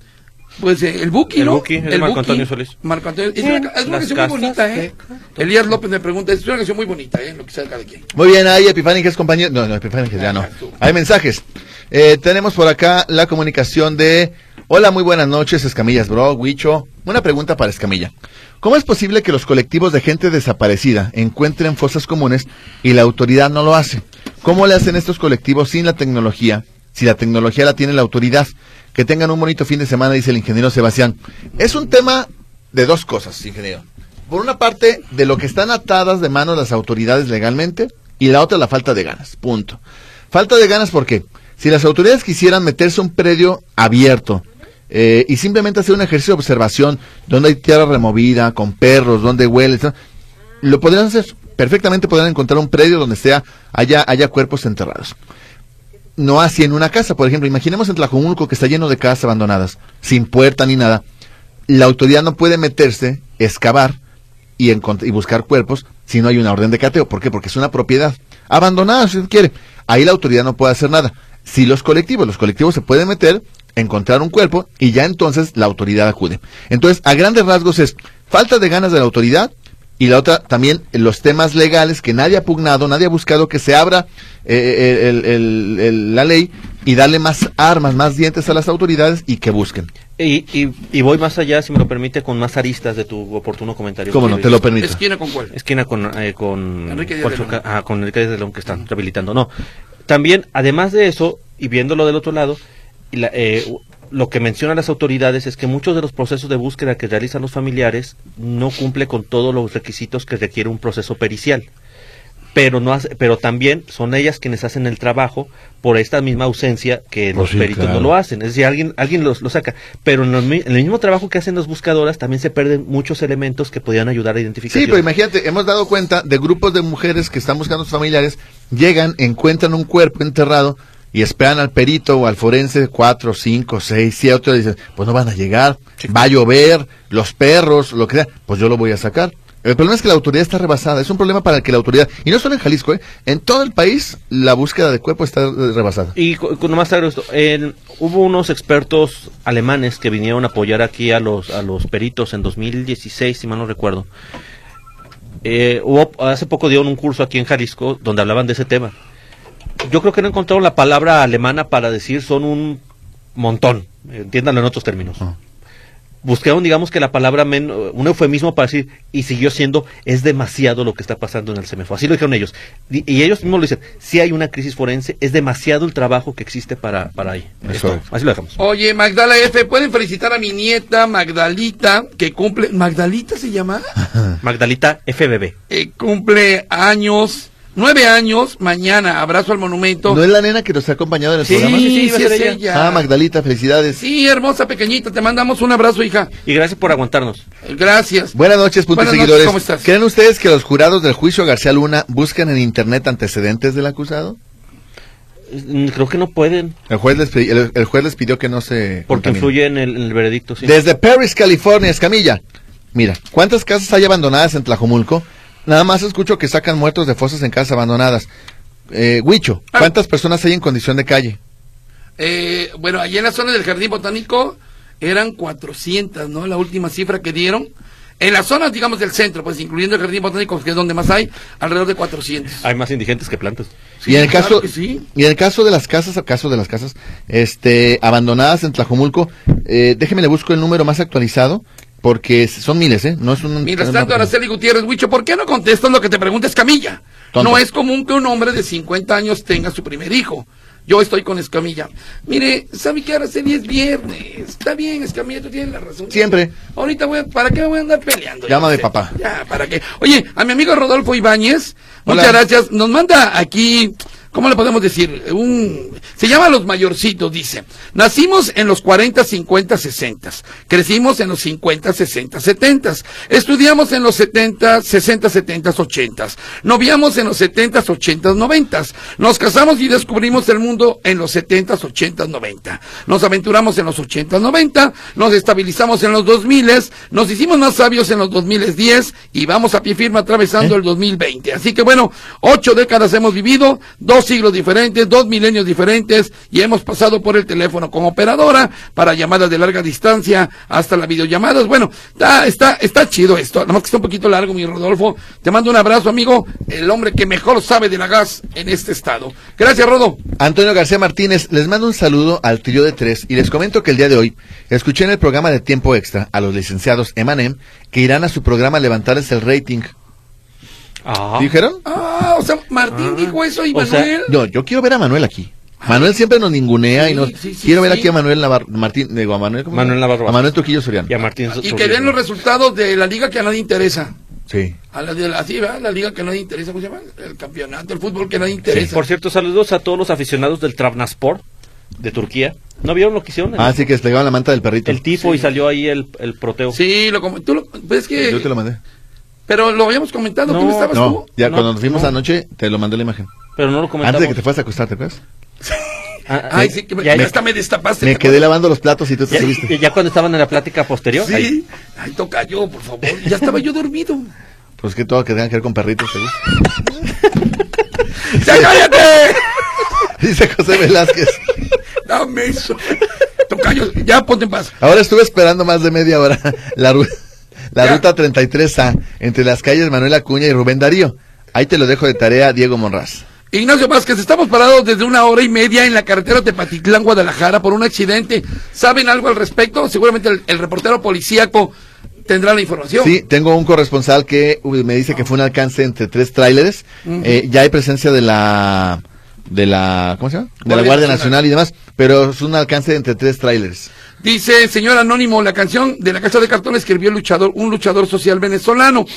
S3: Pues eh, el Buki,
S4: El
S3: ¿no?
S4: Buki, es Marco Antonio Solís.
S3: Marco Antonio. Es una, es una
S4: Las
S3: canción muy
S4: casas
S3: bonita, ¿eh? Elías López me pregunta, es una canción muy bonita, ¿eh? Lo que sea cada quien.
S2: Muy bien, ahí Epifani, que es compañero. No, no, Epifani, que ya no. Hay mensajes. Eh, tenemos por acá la comunicación de. Hola, muy buenas noches, Escamillas Bro, Huicho. Una pregunta para Escamilla. ¿Cómo es posible que los colectivos de gente desaparecida encuentren fosas comunes y la autoridad no lo hace? ¿Cómo le hacen estos colectivos sin la tecnología? Si la tecnología la tiene la autoridad. Que tengan un bonito fin de semana, dice el ingeniero Sebastián. Es un tema de dos cosas, ingeniero. Por una parte, de lo que están atadas de manos las autoridades legalmente, y la otra, la falta de ganas. Punto. Falta de ganas porque si las autoridades quisieran meterse a un predio abierto eh, y simplemente hacer un ejercicio de observación donde hay tierra removida, con perros, donde huele, etc., lo podrían hacer. Perfectamente podrían encontrar un predio donde sea haya, haya cuerpos enterrados no así en una casa. Por ejemplo, imaginemos en Tlajumulco que está lleno de casas abandonadas, sin puerta ni nada. La autoridad no puede meterse, excavar y, encont- y buscar cuerpos si no hay una orden de cateo. ¿Por qué? Porque es una propiedad abandonada, si usted quiere. Ahí la autoridad no puede hacer nada. Si los colectivos, los colectivos se pueden meter, encontrar un cuerpo y ya entonces la autoridad acude. Entonces, a grandes rasgos es falta de ganas de la autoridad, y la otra también los temas legales que nadie ha pugnado, nadie ha buscado que se abra eh, el- el- el- la ley y darle más armas, más dientes a las autoridades y que busquen.
S4: Y, y, y voy más allá, si me lo permite, con más aristas de tu oportuno comentario.
S2: ¿Cómo no? Te lo permito.
S3: Esquina con cuál.
S4: esquina con eh, con
S3: Enrique Díaz
S4: con
S3: de
S4: su
S3: León.
S4: ca- ah, con Enrique Díaz de León que están rehabilitando. No, también además de eso y viéndolo del otro lado, y la- eh, u- lo que mencionan las autoridades es que muchos de los procesos de búsqueda que realizan los familiares no cumple con todos los requisitos que requiere un proceso pericial. Pero no hace- pero también son ellas quienes hacen el trabajo por esta misma ausencia que los
S5: Oh, sí,
S4: peritos
S5: claro.
S4: no lo hacen. Es decir, alguien alguien los, lo saca. Pero en, los mi- en el mismo trabajo que hacen las buscadoras también se perden muchos elementos que podían ayudar a identificar.
S2: Sí, pero imagínate, hemos dado cuenta de grupos de mujeres que están buscando a sus familiares, llegan, encuentran un cuerpo enterrado y esperan al perito o al forense cuatro, cinco, seis, siete, otro, y dicen, pues no van a llegar, va a llover, los perros, lo que sea, pues yo lo voy a sacar. El problema es que la autoridad está rebasada, es un problema para el que la autoridad, y no solo en Jalisco, ¿eh? en todo el país la búsqueda de cuerpo está eh, rebasada.
S4: Y co- co- nomás te agrego esto, en- hubo unos expertos alemanes que vinieron a apoyar aquí a los, a los peritos en 2016, si mal no recuerdo. Eh, hubo- hace poco dieron un curso aquí en Jalisco donde hablaban de ese tema. Yo creo que no encontraron la
S2: Ah.
S4: palabra alemana para decir son un montón, entiéndanlo en otros términos. buscaron, digamos que la palabra, men- un eufemismo para decir, y siguió siendo, es demasiado lo que está pasando en el CEMEFO. Así lo dijeron ellos. Y, y ellos mismos lo dicen, si hay una crisis forense, es demasiado el trabajo que existe para, para ahí.
S2: Eso
S4: Esto,
S2: es.
S4: Así lo dejamos.
S3: Oye, Magdala F, pueden felicitar a mi nieta Magdalita, que cumple. ¿Magdalita se llama?
S4: Magdalita FBB.
S3: Eh, cumple años, nueve años, mañana. Abrazo al monumento.
S2: ¿No es la nena que nos ha acompañado en el
S3: Sí,
S2: programa?
S3: sí,
S4: Sí, va a
S3: es
S4: ser
S3: ella.
S4: ella.
S2: Ah, Magdalita, felicidades.
S3: Sí, hermosa pequeñita, te mandamos un abrazo, hija.
S4: Y gracias por aguantarnos.
S3: Gracias.
S2: Buenas noches, punto y
S3: Buenas noches,
S2: seguidores.
S3: ¿cómo estás?
S2: ¿Creen ustedes que los jurados del juicio García Luna buscan en internet antecedentes del acusado?
S4: Mm, Creo que no pueden,
S2: El juez les, pi- el, el juez les pidió que no se.
S4: porque
S2: contaminen.
S4: influye en el, en el veredicto. sí.
S2: Desde Paris, California, Escamilla. Mira, ¿cuántas casas hay abandonadas en Tlajomulco? Nada más escucho que sacan muertos de fosas en casas abandonadas. Eh, Huicho,
S3: Ah.
S2: ¿cuántas personas hay en condición de calle?
S3: Eh, bueno, allí en la zona del Jardín Botánico eran 400, ¿no? La última cifra que dieron. En las zonas, digamos, del centro, pues incluyendo el Jardín Botánico, que es donde más hay, alrededor de 400.
S4: Hay más indigentes que plantas.
S3: Sí,
S2: y en el
S3: claro
S2: caso
S3: que sí.
S2: y en el caso de las casas caso de las casas este abandonadas en Tlajomulco eh, déjeme le busco el número más actualizado porque son miles eh no es un
S3: Mientras tanto, Araceli Gutiérrez Huicho, ¿por qué no contestas lo que te pregunta Escamilla?
S2: Tonto.
S3: No es común que un hombre de 50 años tenga su primer hijo. Yo estoy con Escamilla. Mire, ¿sabe qué Araceli es viernes? Está bien, Escamilla, tú tienes la razón.
S2: Siempre.
S3: Ahorita voy a- ¿para qué me voy a andar peleando?
S2: Llama
S3: Ya
S2: de
S3: sé.
S2: papá.
S3: Ya, ¿para qué? Oye, a mi amigo Rodolfo Ibáñez,
S2: Hola.
S3: muchas gracias. Nos manda aquí, ¿cómo le podemos decir? Un, se llama Los Mayorcitos, dice. Nacimos en los 40, 50, 60. Crecimos en los 50, 60, 70. Estudiamos en los 70, 60, 70, 80. Noviamos en los 70, 80, 90. Nos casamos y descubrimos el mundo en los 70, 80, 90. Nos aventuramos en los 80, 90. Nos estabilizamos en los 2000. Nos hicimos más sabios en los 2010 y vamos a pie firme atravesando el 2020. Así que bueno, ocho décadas hemos vivido, dos siglos diferentes, dos milenios diferentes y hemos pasado por el teléfono como operadora para llamadas de larga distancia hasta las videollamadas. Bueno, está, está, está chido esto. Nada más que está un poquito largo, mi Rodolfo. Te mando un abrazo, amigo, el hombre que mejor sabe de la gas en este estado. Gracias, Rodo.
S2: Antonio García Martínez, les mando un saludo al trío de tres y les comento que el día de hoy escuché en el programa de Tiempo Extra a los licenciados Emanem que irán a su programa a levantarles el rating.
S4: Ah.
S2: ¿Dijeron?
S3: Ah, o sea, Martín dijo eso y
S4: O sea,
S3: Manuel.
S2: No, yo quiero ver a Manuel aquí. Manuel siempre nos ningunea
S3: Ah. Sí,
S2: y nos...
S3: sí, sí,
S2: quiero ver
S3: sí.
S2: aquí a Manuel Navar... Martín... Digo, a Manuel... ¿cómo se llama?
S4: Manuel Navarro.
S2: A Manuel Trujillo Soriano.
S4: Y a Martín
S3: y que
S4: Rodríguez.
S3: den los resultados de la liga que a nadie interesa.
S2: Sí.
S3: A la, de la, sí, ¿verdad? la liga que a nadie interesa, ¿cómo se llama? El campeonato, el fútbol que a nadie
S4: Sí,
S3: interesa.
S4: Por cierto, saludos a todos los aficionados del Trabnaspor de Turquía. ¿No vieron lo que hicieron? El,
S2: Ah, sí, que desplegaban la manta del perrito.
S4: el tipo y salió ahí el, el proteo.
S3: Sí, lo com- tú lo- pues es que,
S2: Yo te lo mandé.
S3: pero lo habíamos comentado, tú
S4: No,
S3: no estabas
S2: No,
S3: tú.
S2: ya
S4: No,
S2: cuando nos vimos
S4: no.
S2: anoche, te lo mandé la imagen.
S4: Pero no lo
S2: Antes
S4: comentamos.
S2: de que te fueras a acostar, ¿te acuerdas?
S4: Ah, ah,
S3: Ay, sí, que me-
S4: ya,
S3: hasta me destapaste.
S2: Me
S3: ¿te
S2: quedé
S3: acuerdas?
S2: lavando los platos y tú te
S4: ya-
S2: subiste.
S4: ya cuando estaban en la plática posterior. ahí.
S3: Sí, ay, toca yo, por favor. Ya estaba yo dormido.
S2: Pues que todo que tenga que ver con perritos, seguro.
S3: ¡Ya cállate!
S2: Dice José Velázquez.
S3: Dame eso. Tocayo, ya ponte en paz.
S2: Ahora estuve esperando más de media hora la, ru- la
S3: Ya.
S2: ruta 33A entre las calles Manuel Acuña y Rubén Darío. Ahí te lo dejo de tarea, Diego Monraz.
S3: Ignacio Vázquez, estamos parados desde una hora y media en la carretera Tepatitlán, Guadalajara, por un accidente. ¿Saben algo al respecto? Seguramente el, el reportero policíaco tendrá la información.
S2: Sí, tengo un corresponsal que uy, me
S3: Ah.
S2: dice que fue un alcance entre tres tráileres. Eh, ya hay presencia de la de la ¿cómo se llama? De la
S3: Guardia
S2: Guardia
S3: Nacional.
S2: Nacional y demás, pero es un alcance entre tres tráileres.
S3: Dice, señor Anónimo, la canción de la Casa de Cartón la escribió el luchador, un luchador social venezolano,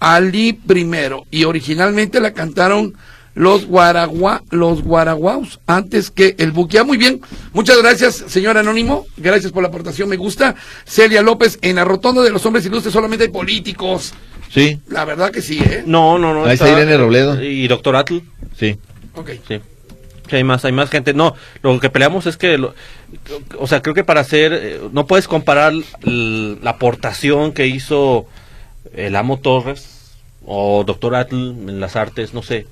S3: Ali primero, y originalmente la cantaron los guaragua, los guaraguaus, antes que el buquea. Muy bien, muchas gracias, señor Anónimo, gracias por la aportación, me gusta. Celia López, en la rotonda de los hombres ilustres solamente hay políticos.
S2: Sí,
S3: La verdad que sí, ¿eh?
S4: No, no, no.
S2: Ahí está Irene Robledo.
S4: Y doctor Atl.
S2: sí.
S3: Ok.
S4: Sí. Sí, hay más, hay más gente. No, lo que peleamos es que, lo- o sea, creo que para hacer, eh, no puedes comparar l- la aportación que hizo el amo Torres o doctor Atl en las artes, no sé,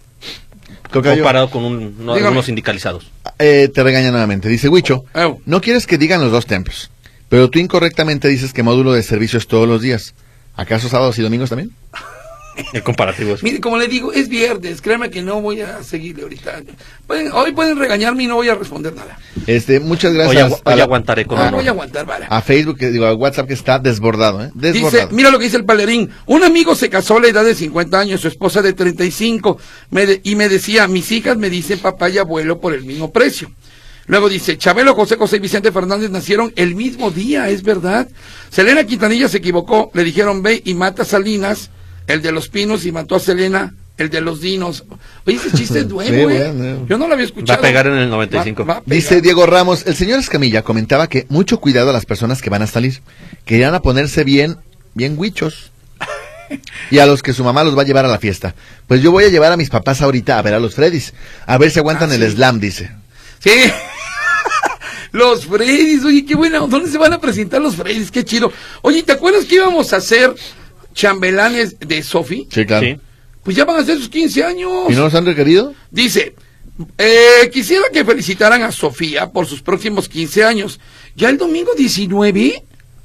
S2: Tocayo,
S4: comparado con un, no,
S3: Dígame.
S4: algunos sindicalizados.
S2: eh, te regaña nuevamente. Dice Huicho,
S3: Au.
S2: no quieres que digan los dos templos, pero tú incorrectamente dices que módulo de servicios todos los días. ¿Acaso sábados y domingos también?
S4: El comparativo es.
S3: Mire, como le digo, es viernes, créeme que no voy a seguirle ahorita. Pueden- hoy pueden regañarme y no voy a responder nada. Ah,
S2: Este, muchas
S4: Hoy,
S2: gracias.
S4: agu-
S2: a,
S4: hoy
S2: la-
S4: aguantaré con
S3: No
S4: honor.
S3: voy a aguantar, vara.
S2: a Facebook, que digo, a WhatsApp que está desbordado, ¿eh?
S3: Dice,
S2: Desbordado.
S3: mira lo que dice el palerín. Un amigo se casó a la edad de 50 años, su esposa de 35, me de- y me decía, mis hijas me dicen papá y abuelo por el mismo precio. Luego dice, Chabelo, José José y Vicente Fernández nacieron el mismo día, es verdad. Selena Quintanilla se equivocó, le dijeron ve y mata a Salinas, el de los Pinos, y mató a Selena, el de los Dinos. Oye, ese chiste es nuevo,
S2: Sí,
S3: ¿eh?
S2: bueno.
S3: Yo no lo había escuchado.
S4: pegar en el 95.
S3: Va- va a pegar.
S2: Dice Diego Ramos, el señor Escamilla comentaba que mucho cuidado a las personas que van a salir, que irán a ponerse bien, bien huichos. Y a los que su mamá los va a llevar a la fiesta. Pues yo voy a llevar a mis papás ahorita a ver a los Freddys. A ver si aguantan
S3: Ah,
S2: el
S3: sí.
S2: slam, dice.
S3: Sí. Los Freddys, oye, qué bueno. ¿Dónde se van a presentar los Freddys? Qué chido. Oye, ¿te acuerdas que íbamos a hacer chambelanes de Sofi?
S2: Sí,
S4: Sí.
S3: Pues ya van a ser sus 15 años.
S2: ¿Y no los han requerido?
S3: Dice, eh, quisiera que felicitaran a Sofía por sus próximos 15 años. Ya el domingo 19,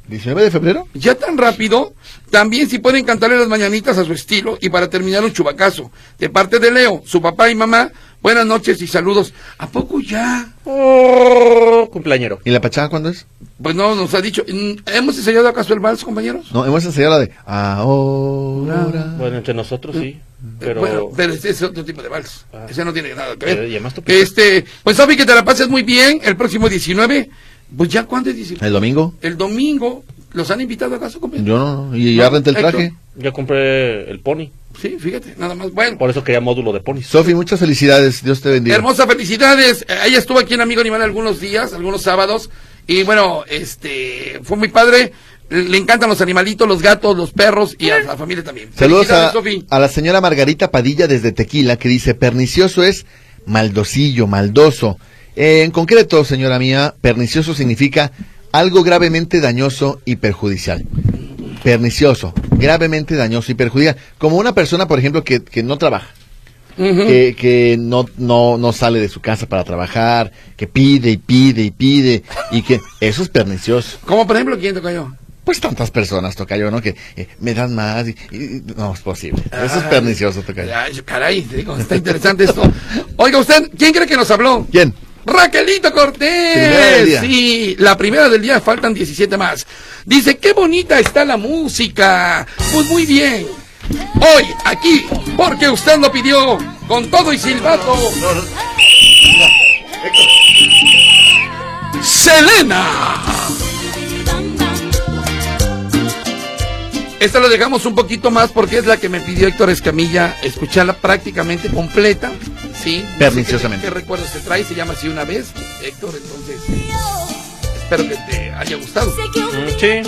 S2: 19 de febrero.
S3: ya tan rápido. También si pueden cantarle las mañanitas a su estilo. Y para terminar un chubacazo. De parte de Leo, su papá y mamá, buenas noches y saludos. ¿A poco ya?
S4: Oh, cumpleañero.
S2: ¿Y la pachada cuándo es?
S3: Pues no, nos ha dicho. Mm, ¿Hemos ensayado acaso el vals, compañeros?
S2: No, hemos enseñado la de ahora.
S4: Bueno, entre nosotros sí. Pero.
S3: Bueno, pero ese es otro tipo de vals.
S4: Ah.
S3: Ese no tiene nada que
S4: Pero
S3: ver.
S4: y además tú piensas-
S3: Este, pues Sofi, que te la pases muy bien. El próximo 19, pues ya cuándo es 19?
S2: El domingo.
S3: El domingo, ¿los han invitado acaso, compañeros?
S2: Yo no, no. Y ya
S3: No,
S2: renté el
S3: Héctor.
S2: traje.
S4: Ya compré el pony.
S3: Sí, fíjate, nada más. Bueno,
S4: Por eso quería módulo de ponis.
S2: Sofi, muchas felicidades. Dios te bendiga.
S3: hermosas felicidades. Eh, Ella estuvo aquí en Amigo Animal algunos días, algunos sábados. Y bueno, este, fue muy padre. Le le encantan los animalitos, los gatos, los perros y a la familia también.
S2: Saludos a,
S3: Felicidades, Sofi.
S2: a la señora Margarita Padilla desde Tequila que dice, pernicioso es maldosillo, maldoso. Eh, en concreto, señora mía, pernicioso significa algo gravemente dañoso y perjudicial. Pernicioso, gravemente dañoso y perjudicial. Como una persona, por ejemplo, que, que no trabaja,
S3: Ujú.
S2: que, que no, no, no sale de su casa para trabajar, que pide y pide y pide, y que eso es pernicioso.
S3: Como por ejemplo, ¿quién toca yo?
S2: Pues tantas personas, Tocayo, ¿no? Que eh, me dan más y, y- no es posible. Eso es pernicioso, Tocayo.
S3: Ay, caray, te digo, está interesante esto. Oiga, usted, ¿quién cree que nos habló?
S2: ¿Quién?
S3: Raquelito
S2: Primera del día.
S3: Cortés. Sí, la primera del día, faltan 17 más. Dice, qué bonita está la música. Pues muy bien. Hoy, aquí, porque usted lo pidió, con todo y silbato. Selena. Esta la dejamos un poquito más porque es la que me pidió Héctor Escamilla escucharla prácticamente completa. Sí.
S2: Perniciosamente.
S3: ¿Qué recuerdos se trae? Se llama así una vez, Héctor. Entonces, espero que te haya gustado.
S4: Mm, sí.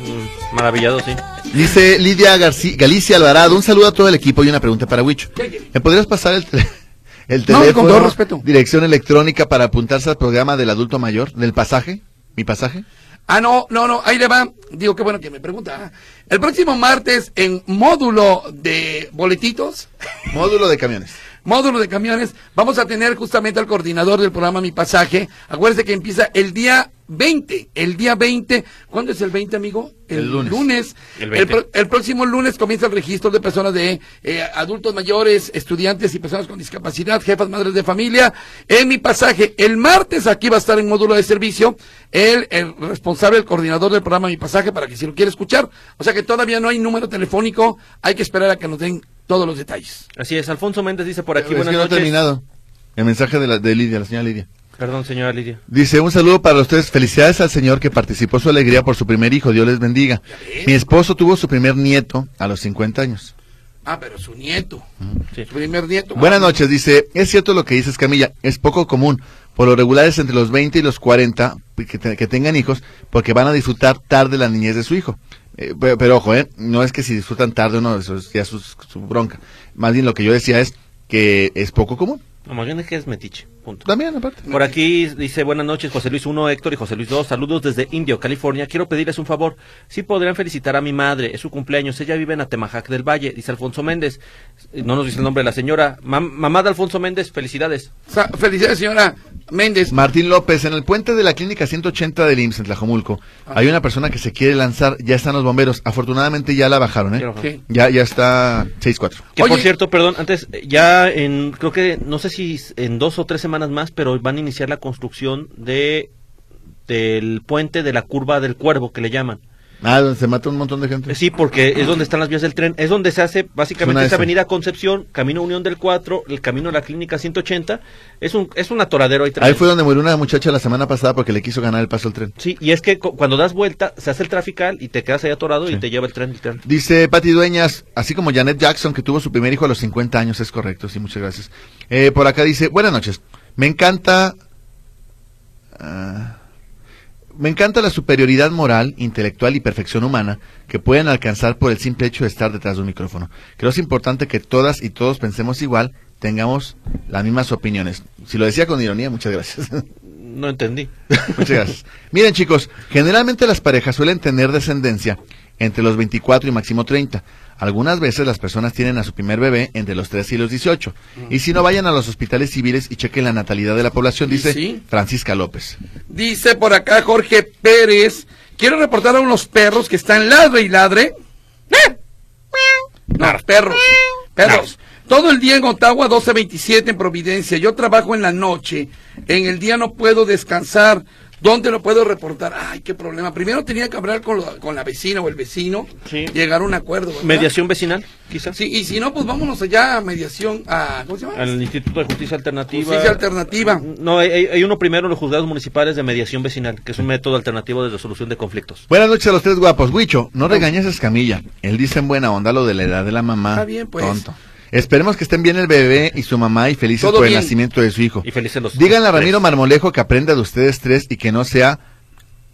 S4: Mm, maravillado, sí.
S2: Dice Lidia Garci- Galicia Alvarado, un saludo a todo el equipo y una pregunta para Wicho.
S3: ¿Qué, qué?
S2: ¿Me podrías pasar el, tel- el
S3: No, con
S2: teléfono?
S3: todo respeto.
S2: Dirección electrónica para apuntarse al programa del adulto mayor, del pasaje, mi pasaje.
S3: Ah, no, no, no, ahí le va. Digo, qué bueno que me pregunta. ah. El próximo martes en módulo de boletitos,
S2: Módulo de camiones.
S3: módulo de camiones, vamos a tener justamente al coordinador del programa Mi Pasaje. Acuérdese que empieza el día 20. El día 20, ¿cuándo es el 20, amigo?
S2: El lunes.
S4: El
S3: El,
S4: 20.
S3: pro- el próximo lunes comienza el registro de personas de eh, adultos mayores, estudiantes y personas con discapacidad, jefas, madres de familia. En mi pasaje, el martes aquí va a estar en módulo de servicio el, el responsable, el coordinador del programa Mi Pasaje para que si lo quiere escuchar. O sea que todavía no hay número telefónico, hay que esperar a que nos den todos los detalles.
S4: Así es, Alfonso Méndez dice por aquí,
S2: Es que
S4: buenas
S2: no he
S4: noches.
S2: terminado. El mensaje de, la, de Lidia, la señora Lidia.
S4: Perdón, señora Lidia.
S2: Dice, un saludo para ustedes. Felicidades al señor que participó su alegría por su primer hijo. Dios les bendiga. Mi esposo tuvo su primer nieto a los 50 años.
S3: Ah, pero su nieto,
S4: Sí.
S3: su primer nieto.
S2: Buenas noches, dice, es cierto lo que dices Camilla, es poco común, por lo regular es entre los 20 y los 40 que, te- que tengan hijos, porque van a disfrutar tarde la niñez de su hijo. Eh, pe- pero, ojo, eh, no es que si disfrutan tarde o no, eso es ya su, su bronca. Más bien lo que yo decía es que es poco común,
S4: No, más bien es que es metiche. Punto.
S2: también aparte.
S4: Por aquí dice buenas noches José Luis 1, Héctor y José Luis 2. Saludos desde Indio, California. Quiero pedirles un favor. Si podrían felicitar a mi madre, es su cumpleaños. Ella vive en Atemajac del Valle, dice Alfonso Méndez. Eh, No nos dice el nombre de la señora. Mam- mamá de Alfonso Méndez, felicidades.
S3: Sa- felicidades, señora. Méndez.
S2: Martín López, en el puente de la clínica 180 del IMSS en Tlajomulco, hay una persona que se quiere lanzar, ya están los bomberos, afortunadamente ya la bajaron, ¿eh?
S4: Ya bajó.
S3: Sí.
S2: Ya, ya está 6-4.
S4: Que por
S3: Oye.
S4: cierto, perdón, antes, eh, ya en, creo que, no sé si s- en dos o tres semanas más, pero van a iniciar la construcción de del puente de la curva del cuervo, que le llaman.
S2: Ah, donde se mata un montón de gente.
S4: Eh, Sí, porque es donde están las vías del tren, es donde se hace
S2: Suena
S4: básicamente esta
S2: eso.
S4: avenida Concepción, Camino Unión del 4, el Camino a la Clínica 180, es un, es un atoradero ahí.
S2: Ahí
S4: tremendo.
S2: fue donde murió una muchacha la semana pasada porque le quiso ganar el paso al tren.
S4: Sí, y es que cu- cuando das vuelta, se hace el trafical y te quedas ahí atorado
S2: Sí.
S4: y te lleva el tren, literal.
S2: Dice Patti Dueñas, así como Janet Jackson, que tuvo su primer hijo a los 50 años, es correcto, sí, muchas gracias. Eh, por acá dice, buenas noches, me encanta... ah, me encanta la superioridad moral, intelectual y perfección humana que pueden alcanzar por el simple hecho de estar detrás de un micrófono. Creo es importante que todas y todos pensemos igual, tengamos las mismas opiniones. Si lo decía con ironía, muchas gracias.
S4: No entendí.
S2: Muchas gracias. Miren, chicos, generalmente las parejas suelen tener descendencia entre los 24 y máximo 30. Algunas veces las personas tienen a su primer bebé entre los 13 y los 18. Y si no, vayan a los hospitales civiles y chequen la natalidad de la población,
S3: Y
S2: dice
S3: sí.
S2: Francisca López.
S3: Dice por acá Jorge Pérez, quiero reportar a unos perros que están ladre y ladre. ¿Eh? No, perros. Perros. Todo el día en Ottawa, 12.27 en Providencia. Yo trabajo en la noche. En el día no puedo descansar. ¿Dónde lo puedo reportar? Ay, qué problema. Primero tenía que hablar con, la- con la vecina o el vecino.
S4: Sí.
S3: Llegar a un acuerdo. ¿verdad?
S4: Mediación vecinal, quizás.
S3: Sí, y si no, pues vámonos allá a mediación. A, ¿Cómo se llama?
S4: Al Instituto de Justicia Alternativa.
S3: Justicia Pues alternativa.
S4: No, hay, hay- hay uno primero en los juzgados municipales de mediación vecinal, que es un método alternativo de resolución de conflictos.
S2: Buenas noches a los tres guapos. Huicho,
S3: Oh.
S2: no regañes a Escamilla. Él dice en buena onda lo de la edad de la mamá.
S3: Está bien, pues.
S2: Tonto. Esperemos que estén bien el bebé y su mamá y felices
S3: Todo
S2: por el
S3: bien.
S2: nacimiento de su hijo.
S4: Y felices los
S2: Díganle a
S4: tres.
S2: Ramiro Marmolejo que aprenda de ustedes tres y que no sea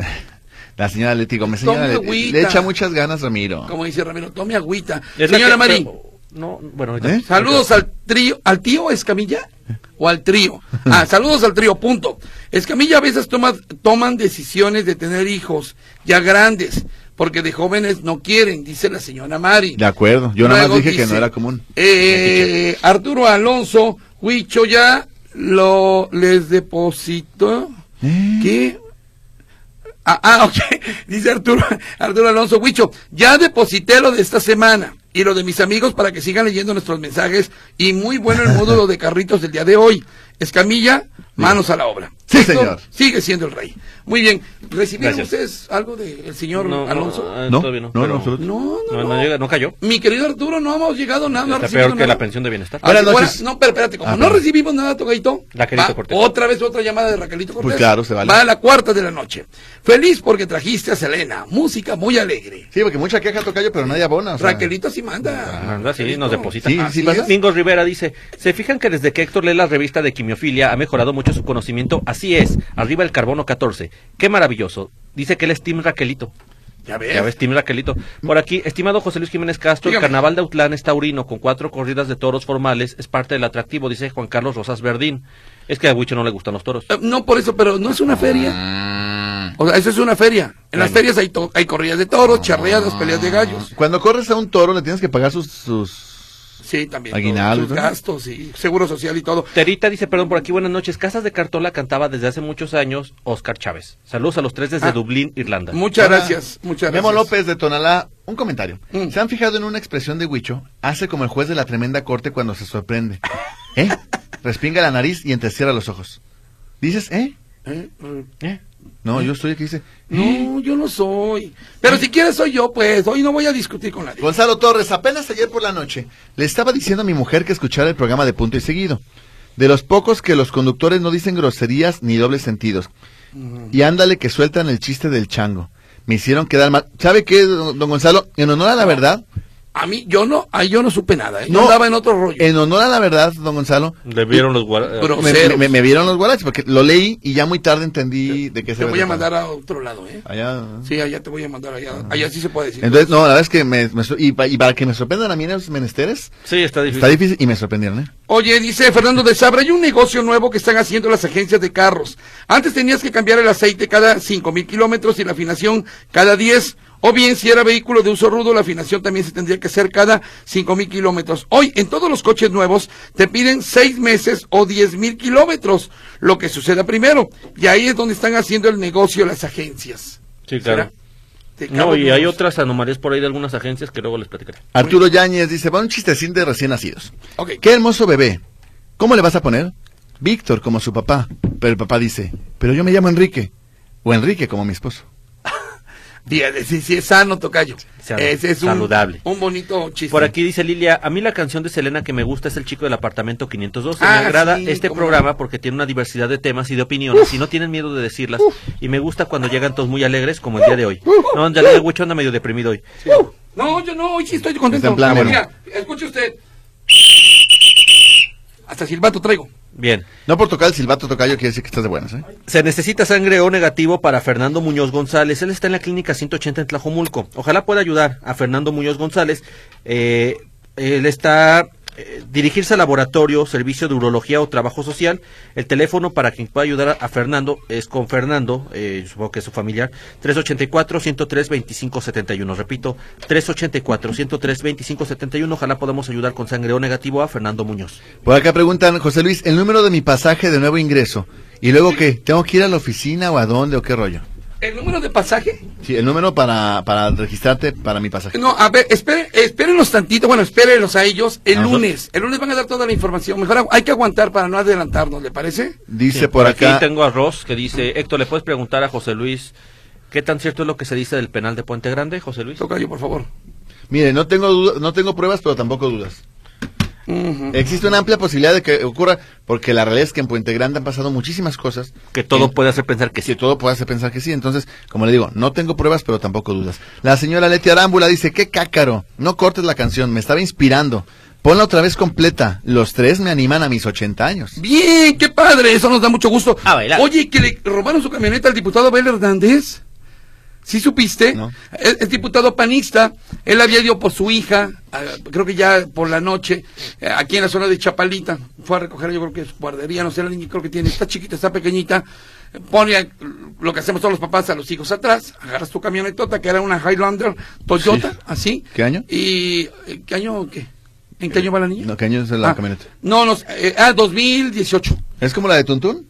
S2: la señora Leti Gómez. Señora
S3: Tome
S2: Leti, le,
S3: agüita.
S2: echa muchas ganas, Ramiro.
S3: Como dice Ramiro, tome agüita.
S4: Es la
S3: Señora
S4: que-
S3: Marín.
S4: pero- No, bueno, ahorita-
S2: ¿Eh?
S4: ahorita-
S3: Saludos al trío, al tío Escamilla o al trío. Ah, saludos al trío, punto. Escamilla a veces toma, toman decisiones de tener hijos ya grandes, porque de jóvenes no quieren, dice la señora Mari.
S2: De acuerdo. Yo nada más
S3: Luego
S2: dije que
S3: dice,
S2: no era común.
S3: eh, Arturo Alonso, Huicho ya lo les depositó.
S2: ¿Eh?
S3: ¿Qué? Ah, ah, ok. Dice Arturo, Arturo Alonso Huicho, ya deposité lo de esta semana y lo de mis amigos para que sigan leyendo nuestros mensajes y muy bueno el módulo de carritos del día de hoy. Escamilla, manos a la obra.
S2: Sí,
S3: Esto
S2: señor.
S3: Sigue siendo el rey. Muy bien. ¿Recibieron
S4: Gracias.
S3: ustedes algo del señor
S4: No, no,
S3: Alonso?
S4: ah,
S2: No,
S4: todavía no,
S2: no,
S4: pero-
S2: no, absoluto.
S3: No, no,
S4: No,
S3: no.
S4: no llega- no cayó.
S3: Mi querido Arturo, no hemos llegado nada. no
S4: Está
S3: ha recibido
S4: peor que
S3: nada. Ah,
S4: la pensión de bienestar.
S3: Ahora,
S2: Buenas noches.
S3: fuera- no, pero espérate, como
S2: Ah,
S3: no
S2: perdón.
S3: recibimos nada, Togaito.
S4: Raquelito
S3: va
S4: Cortés.
S3: Otra vez otra llamada de Raquelito Cortés.
S2: Pues claro, se vale.
S3: Va a la cuarta de la noche. Feliz porque trajiste a Selena. Música muy alegre.
S2: Sí, porque mucha queja tocayo, pero nadie abona. o sea.
S3: Raquelito sí manda.
S4: Anda, Ah, sí, nos deposita.
S2: Sí, sí,
S3: Así
S2: pasa.
S3: es.
S4: Domingo Rivera dice, ¿se fijan que desde que Héctor lee la revista de quimiofilia ha mejorado mucho su conocimiento? Así es, arriba el carbono 14. Qué maravilloso. Dice que él es Team Raquelito.
S3: Ya ves.
S4: Ya ves, Team Raquelito. Por aquí, estimado José Luis Jiménez Castro,
S3: Dígame.
S4: el carnaval de Autlán es taurino con cuatro corridas de toros formales. Es parte del atractivo, dice Juan Carlos Rosas Verdín. Es que a Huicho no le gustan los toros.
S3: Eh, No por eso, pero no es una feria.
S2: Ah.
S3: O sea, eso es una feria. En las ferias hay, to- hay corridas de toros, charreadas, peleas de gallos.
S2: Cuando corres a un toro, le tienes que pagar sus. sus...
S3: Sí, también.
S2: Aguinaldo,
S3: todos sus
S2: ¿no?
S3: gastos y seguro social y todo.
S4: Terita dice, perdón por aquí, buenas noches. Casas de Cartola cantaba desde hace muchos años Oscar Chávez. Saludos a los tres desde
S3: Ah.
S4: Dublín, Irlanda.
S3: Muchas
S2: Hola.
S3: gracias. Muchas gracias.
S2: Memo López de Tonalá, un comentario.
S3: Mm.
S2: ¿Se han fijado en una expresión de Huicho? Hace como el juez de la tremenda corte cuando se sorprende. ¿Eh? Respinga la nariz y entrecierra los ojos. ¿Dices, eh?
S3: Eh, eh,
S4: ¿Eh?
S2: No, yo estoy aquí, dice. "Mm". ¿Eh?
S3: No, yo no soy. Pero si quieres soy yo, pues. Hoy no voy a discutir con nadie.
S2: Gonzalo Torres, apenas ayer por la noche, le estaba diciendo a mi mujer que escuchara el programa de punto y seguido. De los pocos que los conductores no dicen groserías ni dobles sentidos.
S3: Mm.
S2: Y ándale que sueltan el chiste del chango. Me hicieron quedar mal. ¿Sabe qué, don don Gonzalo? En honor a la verdad,
S3: A mí, yo no, ahí yo no supe nada, ¿eh?
S2: No.
S3: Yo andaba en otro rollo.
S2: en honor a la verdad, don Gonzalo,
S4: Le vieron los guar-
S3: Bro.
S2: me,
S3: Groseros.
S2: me- me vieron los guaraches porque lo leí y ya muy tarde entendí de qué se
S3: Te voy a
S2: trataba.
S3: mandar a otro lado, ¿eh?
S2: Allá.
S3: Sí, allá te voy a mandar, allá, allá sí se puede decir.
S2: Entonces, no, la verdad es que me, me sor- y, pa- y para que me sorprendan a mí en los menesteres,
S4: Sí, está difícil.
S2: está difícil y me sorprendieron, ¿eh?
S3: Oye, dice Fernando de Sabra, hay un negocio nuevo que están haciendo las agencias de carros. Antes tenías que cambiar el aceite cada cinco mil kilómetros y la afinación cada 10. O bien, si era vehículo de uso rudo, la afinación también se tendría que hacer cada cinco mil kilómetros. Hoy, en todos los coches nuevos, te piden seis meses o diez mil kilómetros, lo que suceda primero. Y ahí es donde están haciendo el negocio las agencias.
S4: Sí,
S3: ¿Será?
S4: claro.
S3: Te cago
S4: No, y
S3: en
S4: hay
S3: Dios.
S4: otras anomalías por ahí de algunas agencias que luego les platicaré.
S2: Arturo Yáñez dice, va un chistecín de recién nacidos.
S3: Ok.
S2: Qué hermoso bebé. ¿Cómo le vas a poner? Víctor como su papá. Pero el papá dice, pero yo me llamo Enrique. O Enrique como mi esposo.
S3: Fíjate, sí, sí, es sano, tocayo.
S4: Sano,
S3: Ese es un,
S4: saludable.
S3: un bonito chiste.
S4: Por aquí dice Lilia, a mí la canción de Selena que me gusta es El chico del apartamento 512.
S3: Ah,
S4: me agrada
S3: sí,
S4: este
S3: cómo
S4: programa porque tiene una diversidad de temas y de opiniones y no tienen miedo de decirlas. Y me gusta cuando llegan todos muy alegres como el día de hoy. No, ya le Huicho anda medio deprimido hoy.
S3: No, yo no, hoy sí estoy
S2: Está
S3: contento.
S2: en plan
S3: Ah,
S2: bueno.
S3: Mira, escuche usted. Hasta silbato traigo.
S4: Bien.
S2: No por tocar el silbato tocayo quiere decir que estás de buenas, ¿eh?
S4: Se necesita sangre O negativo para Fernando Muñoz González. Él está en la clínica 180 en Tlajomulco. Ojalá pueda ayudar a Fernando Muñoz González. Eh, él está eh, dirigirse al laboratorio, servicio de urología o trabajo social. El teléfono para quien pueda ayudar a, a Fernando es con Fernando, eh, yo supongo que es su familiar, 384-103-2571. Repito, 384-103-2571. Ojalá podamos ayudar con sangre O negativo a Fernando Muñoz.
S2: Por acá preguntan, José Luis, el número de mi pasaje de nuevo ingreso. ¿Y luego qué? ¿Tengo que ir a la oficina o a dónde o qué rollo?
S3: ¿El número de pasaje?
S2: Sí, el número para, para registrarte para mi pasaje.
S3: No, a ver, espere, espérenlos tantito. Bueno, espérenlos a ellos el
S4: A nosotros.
S3: lunes. El lunes van a dar toda la información. Mejor agu- hay que aguantar para no adelantarnos, ¿le parece?
S2: Dice
S4: Sí,
S2: por acá.
S4: Aquí tengo a Ross que dice, Héctor, ¿le puedes preguntar a José Luis qué tan cierto es lo que se dice del penal de Puente Grande, José Luis?
S3: Toca yo, por favor.
S2: Mire, no tengo, duda- no tengo pruebas, pero tampoco dudas.
S3: Ujú.
S2: Existe una amplia posibilidad de que ocurra, porque la realidad es que en Puente Grande han pasado muchísimas cosas.
S4: Que todo
S2: En-
S4: puede hacer pensar que
S2: que
S4: sí.
S2: todo puede hacer pensar que sí. Entonces, como le digo, no tengo pruebas, pero tampoco dudas. La señora Leti Arámbula dice, qué cácaro, no cortes la canción, me estaba inspirando. Ponla otra vez completa. Los tres me animan a mis 80 años.
S3: Bien, qué padre, eso nos da mucho gusto.
S4: A bailar.
S3: Oye, que le robaron su camioneta al diputado Abel Hernández. ¿Sí supiste?
S2: No.
S3: El, el diputado panista, él había ido por su hija, ah, creo que ya por la noche, eh, aquí en la zona de Chapalita. Fue a recoger, yo creo que su guardería, no sé, la niña creo que tiene, está chiquita, está pequeñita. Eh, Pone a- lo que hacemos todos los papás a los hijos atrás, agarras tu camionetota, que era una Highlander Toyota,
S2: Sí.
S3: así.
S2: ¿Qué año?
S3: ¿Y eh, qué año o qué? ¿En qué año va la niña?
S2: No, ¿qué año es la
S3: Ah,
S2: camioneta?
S3: No, no, eh, ah, 2018.
S2: ¿Es como la de Tuntún?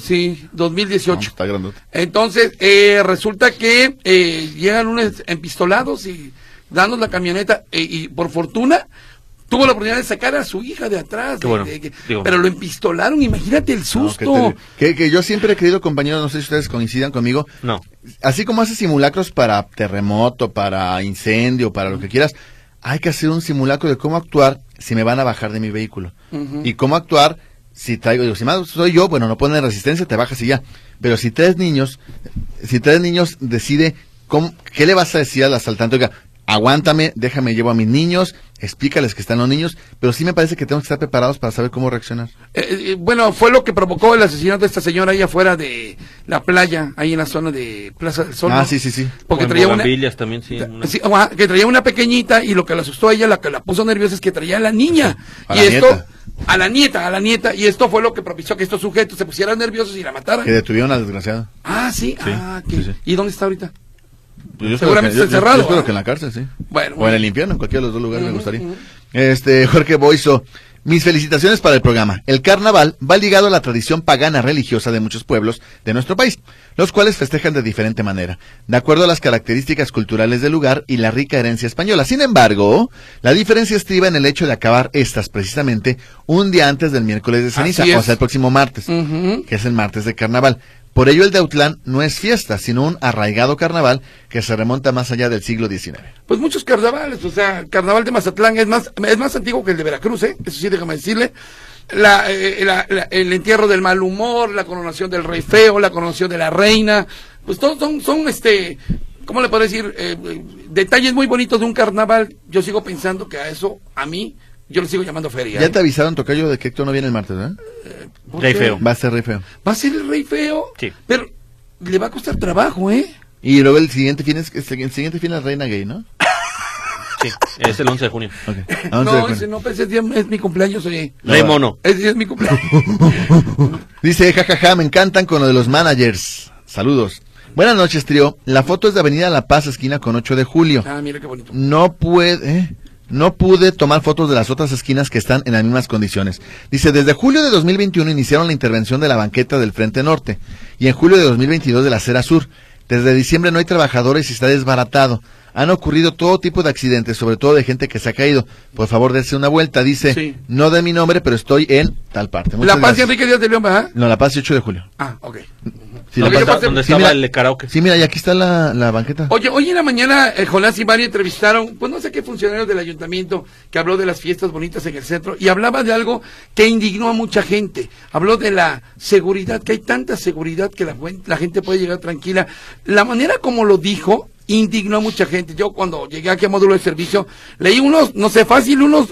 S3: Sí,
S2: No, pues,
S3: 2018.
S2: está grandota.
S3: Entonces, eh, resulta que eh, llegan unos empistolados y danos la camioneta eh, y por fortuna tuvo la oportunidad de sacar a su hija de atrás.
S4: Qué
S3: de-
S4: bueno,
S3: de- que-
S4: digo-
S3: pero lo empistolaron, imagínate el
S2: No,
S3: susto.
S2: qué Ah, terrible. que, que yo siempre he querido, compañeros, no sé si ustedes coincidan conmigo,
S4: No.
S2: así como hace simulacros para terremoto, para incendio, para lo que quieras, hay que hacer un simulacro de cómo actuar si me van a bajar de mi vehículo.
S3: Ujú.
S2: Y cómo actuar si traigo, digo, si más soy yo, bueno, no ponen resistencia, te bajas y ya. Pero si tres niños, si tres niños decide cómo, qué le vas a decir al asaltante, oiga, aguántame, déjame, llevo a mis niños, explícales que están los niños, pero sí me parece que tenemos que estar preparados para saber cómo reaccionar.
S3: Eh, eh, bueno, fue lo que provocó el asesinato de esta señora ahí afuera de la playa, ahí en la zona de Plaza del Sol.
S2: Ah,
S3: ¿no?
S2: sí, sí, sí.
S3: Porque
S4: O en
S3: traía una,
S4: Bugambilias también, sí. una-
S3: Sí, ajá, que traía una pequeñita y lo que la asustó a ella, la que la puso nerviosa es que traía a la niña.
S2: A
S3: y
S2: la
S3: esto,
S2: nieta.
S3: a la nieta, a la nieta, y esto fue lo que propició que estos sujetos se pusieran nerviosos y la mataran.
S2: Que detuvieron al desgraciado.
S3: Ah, sí, ah, que-
S2: sí, sí.
S3: ¿y dónde está ahorita?
S2: Pues yo espero que-
S3: Seguramente está
S2: yo- yo-
S3: encerrado,
S2: yo espero
S3: ¿ah?
S2: que en la cárcel, sí.
S3: Bueno,
S2: o en
S3: bueno.
S2: el infierno, en cualquiera de los dos lugares
S3: Ujú,
S2: me gustaría.
S3: ujú.
S2: Este, Jorge Boiso. Mis felicitaciones para el programa. El carnaval va ligado a la tradición pagana religiosa de muchos pueblos de nuestro país, los cuales festejan de diferente manera, de acuerdo a las características culturales del lugar y la rica herencia española. Sin embargo, la diferencia estriba en el hecho de acabar estas precisamente un día antes del miércoles de ceniza,
S3: Así es.
S2: o sea, el próximo martes
S3: Ujú.
S2: que es el martes de carnaval. Por ello el de Autlán no es fiesta, sino un arraigado carnaval que se remonta más allá del siglo XIX.
S3: Pues muchos carnavales, o sea, el carnaval de Mazatlán es más, es más antiguo que el de Veracruz, ¿eh? Eso sí, déjame decirle. La, eh, la- la- el entierro del mal humor, la coronación del rey feo, la coronación de la reina, pues todos son, son este, ¿cómo le puedo decir? Eh, eh, detalles muy bonitos de un carnaval. Yo sigo pensando que a eso, a mí, yo le sigo llamando feria.
S2: Ya
S3: ¿eh?
S2: te avisaron, Tocayo, de que Héctor no viene el martes, ¿verdad?
S3: ¿Por
S4: Rey
S3: qué?
S4: feo.
S2: Va a ser re feo.
S3: Va a ser el rey feo,
S4: Sí.
S3: pero le va a costar trabajo, ¿eh?
S2: Y luego el siguiente fin es, el siguiente fin es Reina Gay, ¿no?
S4: Sí, es el 11 de junio.
S2: Ok. Ah, once de
S3: No,
S2: junio.
S3: ese no, pues, ese día es mi cumpleaños, oye.
S4: Rey Mono.
S3: Ese día es mi cumpleaños.
S2: Dice, jajaja, me encantan con lo de los managers. Saludos. Buenas noches, trío. La foto es de Avenida La Paz, esquina con 8 de julio.
S3: Ah, mira qué bonito.
S2: No puede. ¿eh? No pude tomar fotos de las otras esquinas que están en las mismas condiciones. Dice, desde julio de 2021 iniciaron la intervención de la banqueta del Frente Norte y en julio de 2022 de la Acera Sur. Desde diciembre no hay trabajadores y está desbaratado. Han ocurrido todo tipo de accidentes, sobre todo de gente que se ha caído. Por favor, dense una vuelta. Dice,
S3: Sí.
S2: no de mi nombre, pero estoy en tal parte. Muchas
S3: La Paz y
S2: gracias.
S3: Enrique Díaz de León, ¿verdad?
S2: No, La Paz 8 de julio.
S3: Ah, ok.
S2: Sí,
S3: Lo
S2: La
S3: que
S2: Paz-
S3: pasa-
S4: donde
S2: sí,
S4: estaba
S2: mira,
S4: el karaoke.
S2: sí, mira, y aquí está la, la banqueta.
S3: Oye, hoy en la mañana eh, Jonás y Mari entrevistaron, pues no sé qué funcionario del ayuntamiento que habló de las fiestas bonitas en el centro y hablaba de algo que indignó a mucha gente. Habló de la seguridad, que hay tanta seguridad que la, buen- la gente puede llegar tranquila. La manera como lo dijo indignó a mucha gente. Yo cuando llegué aquí a módulo de servicio leí unos, no sé, fácil, unos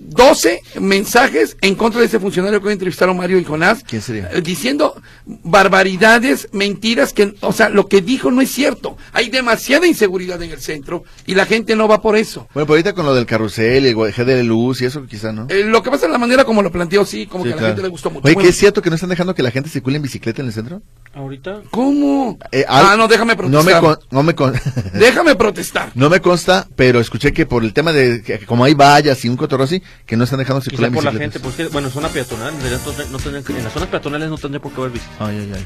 S3: 12 mensajes en contra de ese funcionario que hoy entrevistaron Mario y Jonás.
S2: ¿Quién sería?
S3: Eh, diciendo barbaridades, mentiras, que, o sea, lo que dijo no es cierto. Hay demasiada inseguridad en el centro y la gente no va por eso.
S2: Bueno, pero ahorita con lo del carrusel, el gua- eje de luz y eso quizá, ¿no?
S3: Eh, lo que pasa es la manera como lo planteó, sí, como
S2: Sí,
S3: que a la
S2: claro.
S3: gente le gustó mucho.
S2: Oye, ¿que
S3: Bueno,
S2: es cierto que no están dejando que la gente circule en bicicleta en el centro?
S4: Ahorita.
S3: ¿Cómo?
S2: Eh, al-
S3: ah, no, déjame
S2: No me,
S3: protestar.
S2: con- no, me con-
S3: Déjame protestar.
S2: no me consta, pero escuché que por el tema de que como hay vallas y un cotorro así, que no están dejando
S4: Quizá
S2: circular
S4: por la
S2: bicicletas.
S4: gente, porque, bueno, en zona peatonal, en, realidad no tendrían- no tendrían que- en las zonas peatonales no tendría por qué haber bicis.
S2: Ay, ay, ay.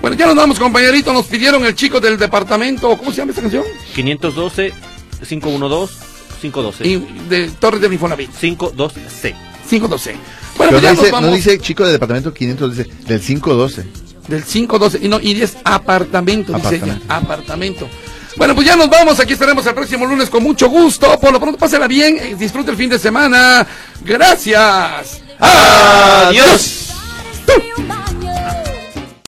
S3: Bueno, ya nos vamos, compañerito. Nos pidieron el chico del departamento, ¿cómo se llama esa canción?
S4: 512, 512, 512.
S3: Y de Torres del Infonavit,
S4: 512C.
S3: 512. Bueno,
S2: Pero
S3: pues
S2: no
S3: ya nos
S2: dice,
S3: vamos.
S2: no dice chico de departamento 500, dice del 512.
S3: Del 512. Y no, y es apartamento, dice
S2: Apartamento.
S3: ella. Apartamento. Bueno, pues ya nos vamos. Aquí estaremos el próximo lunes con mucho gusto. Por lo pronto, pásela bien. eh, Disfrute el fin de semana. Gracias.
S4: Adiós.
S5: triunfar.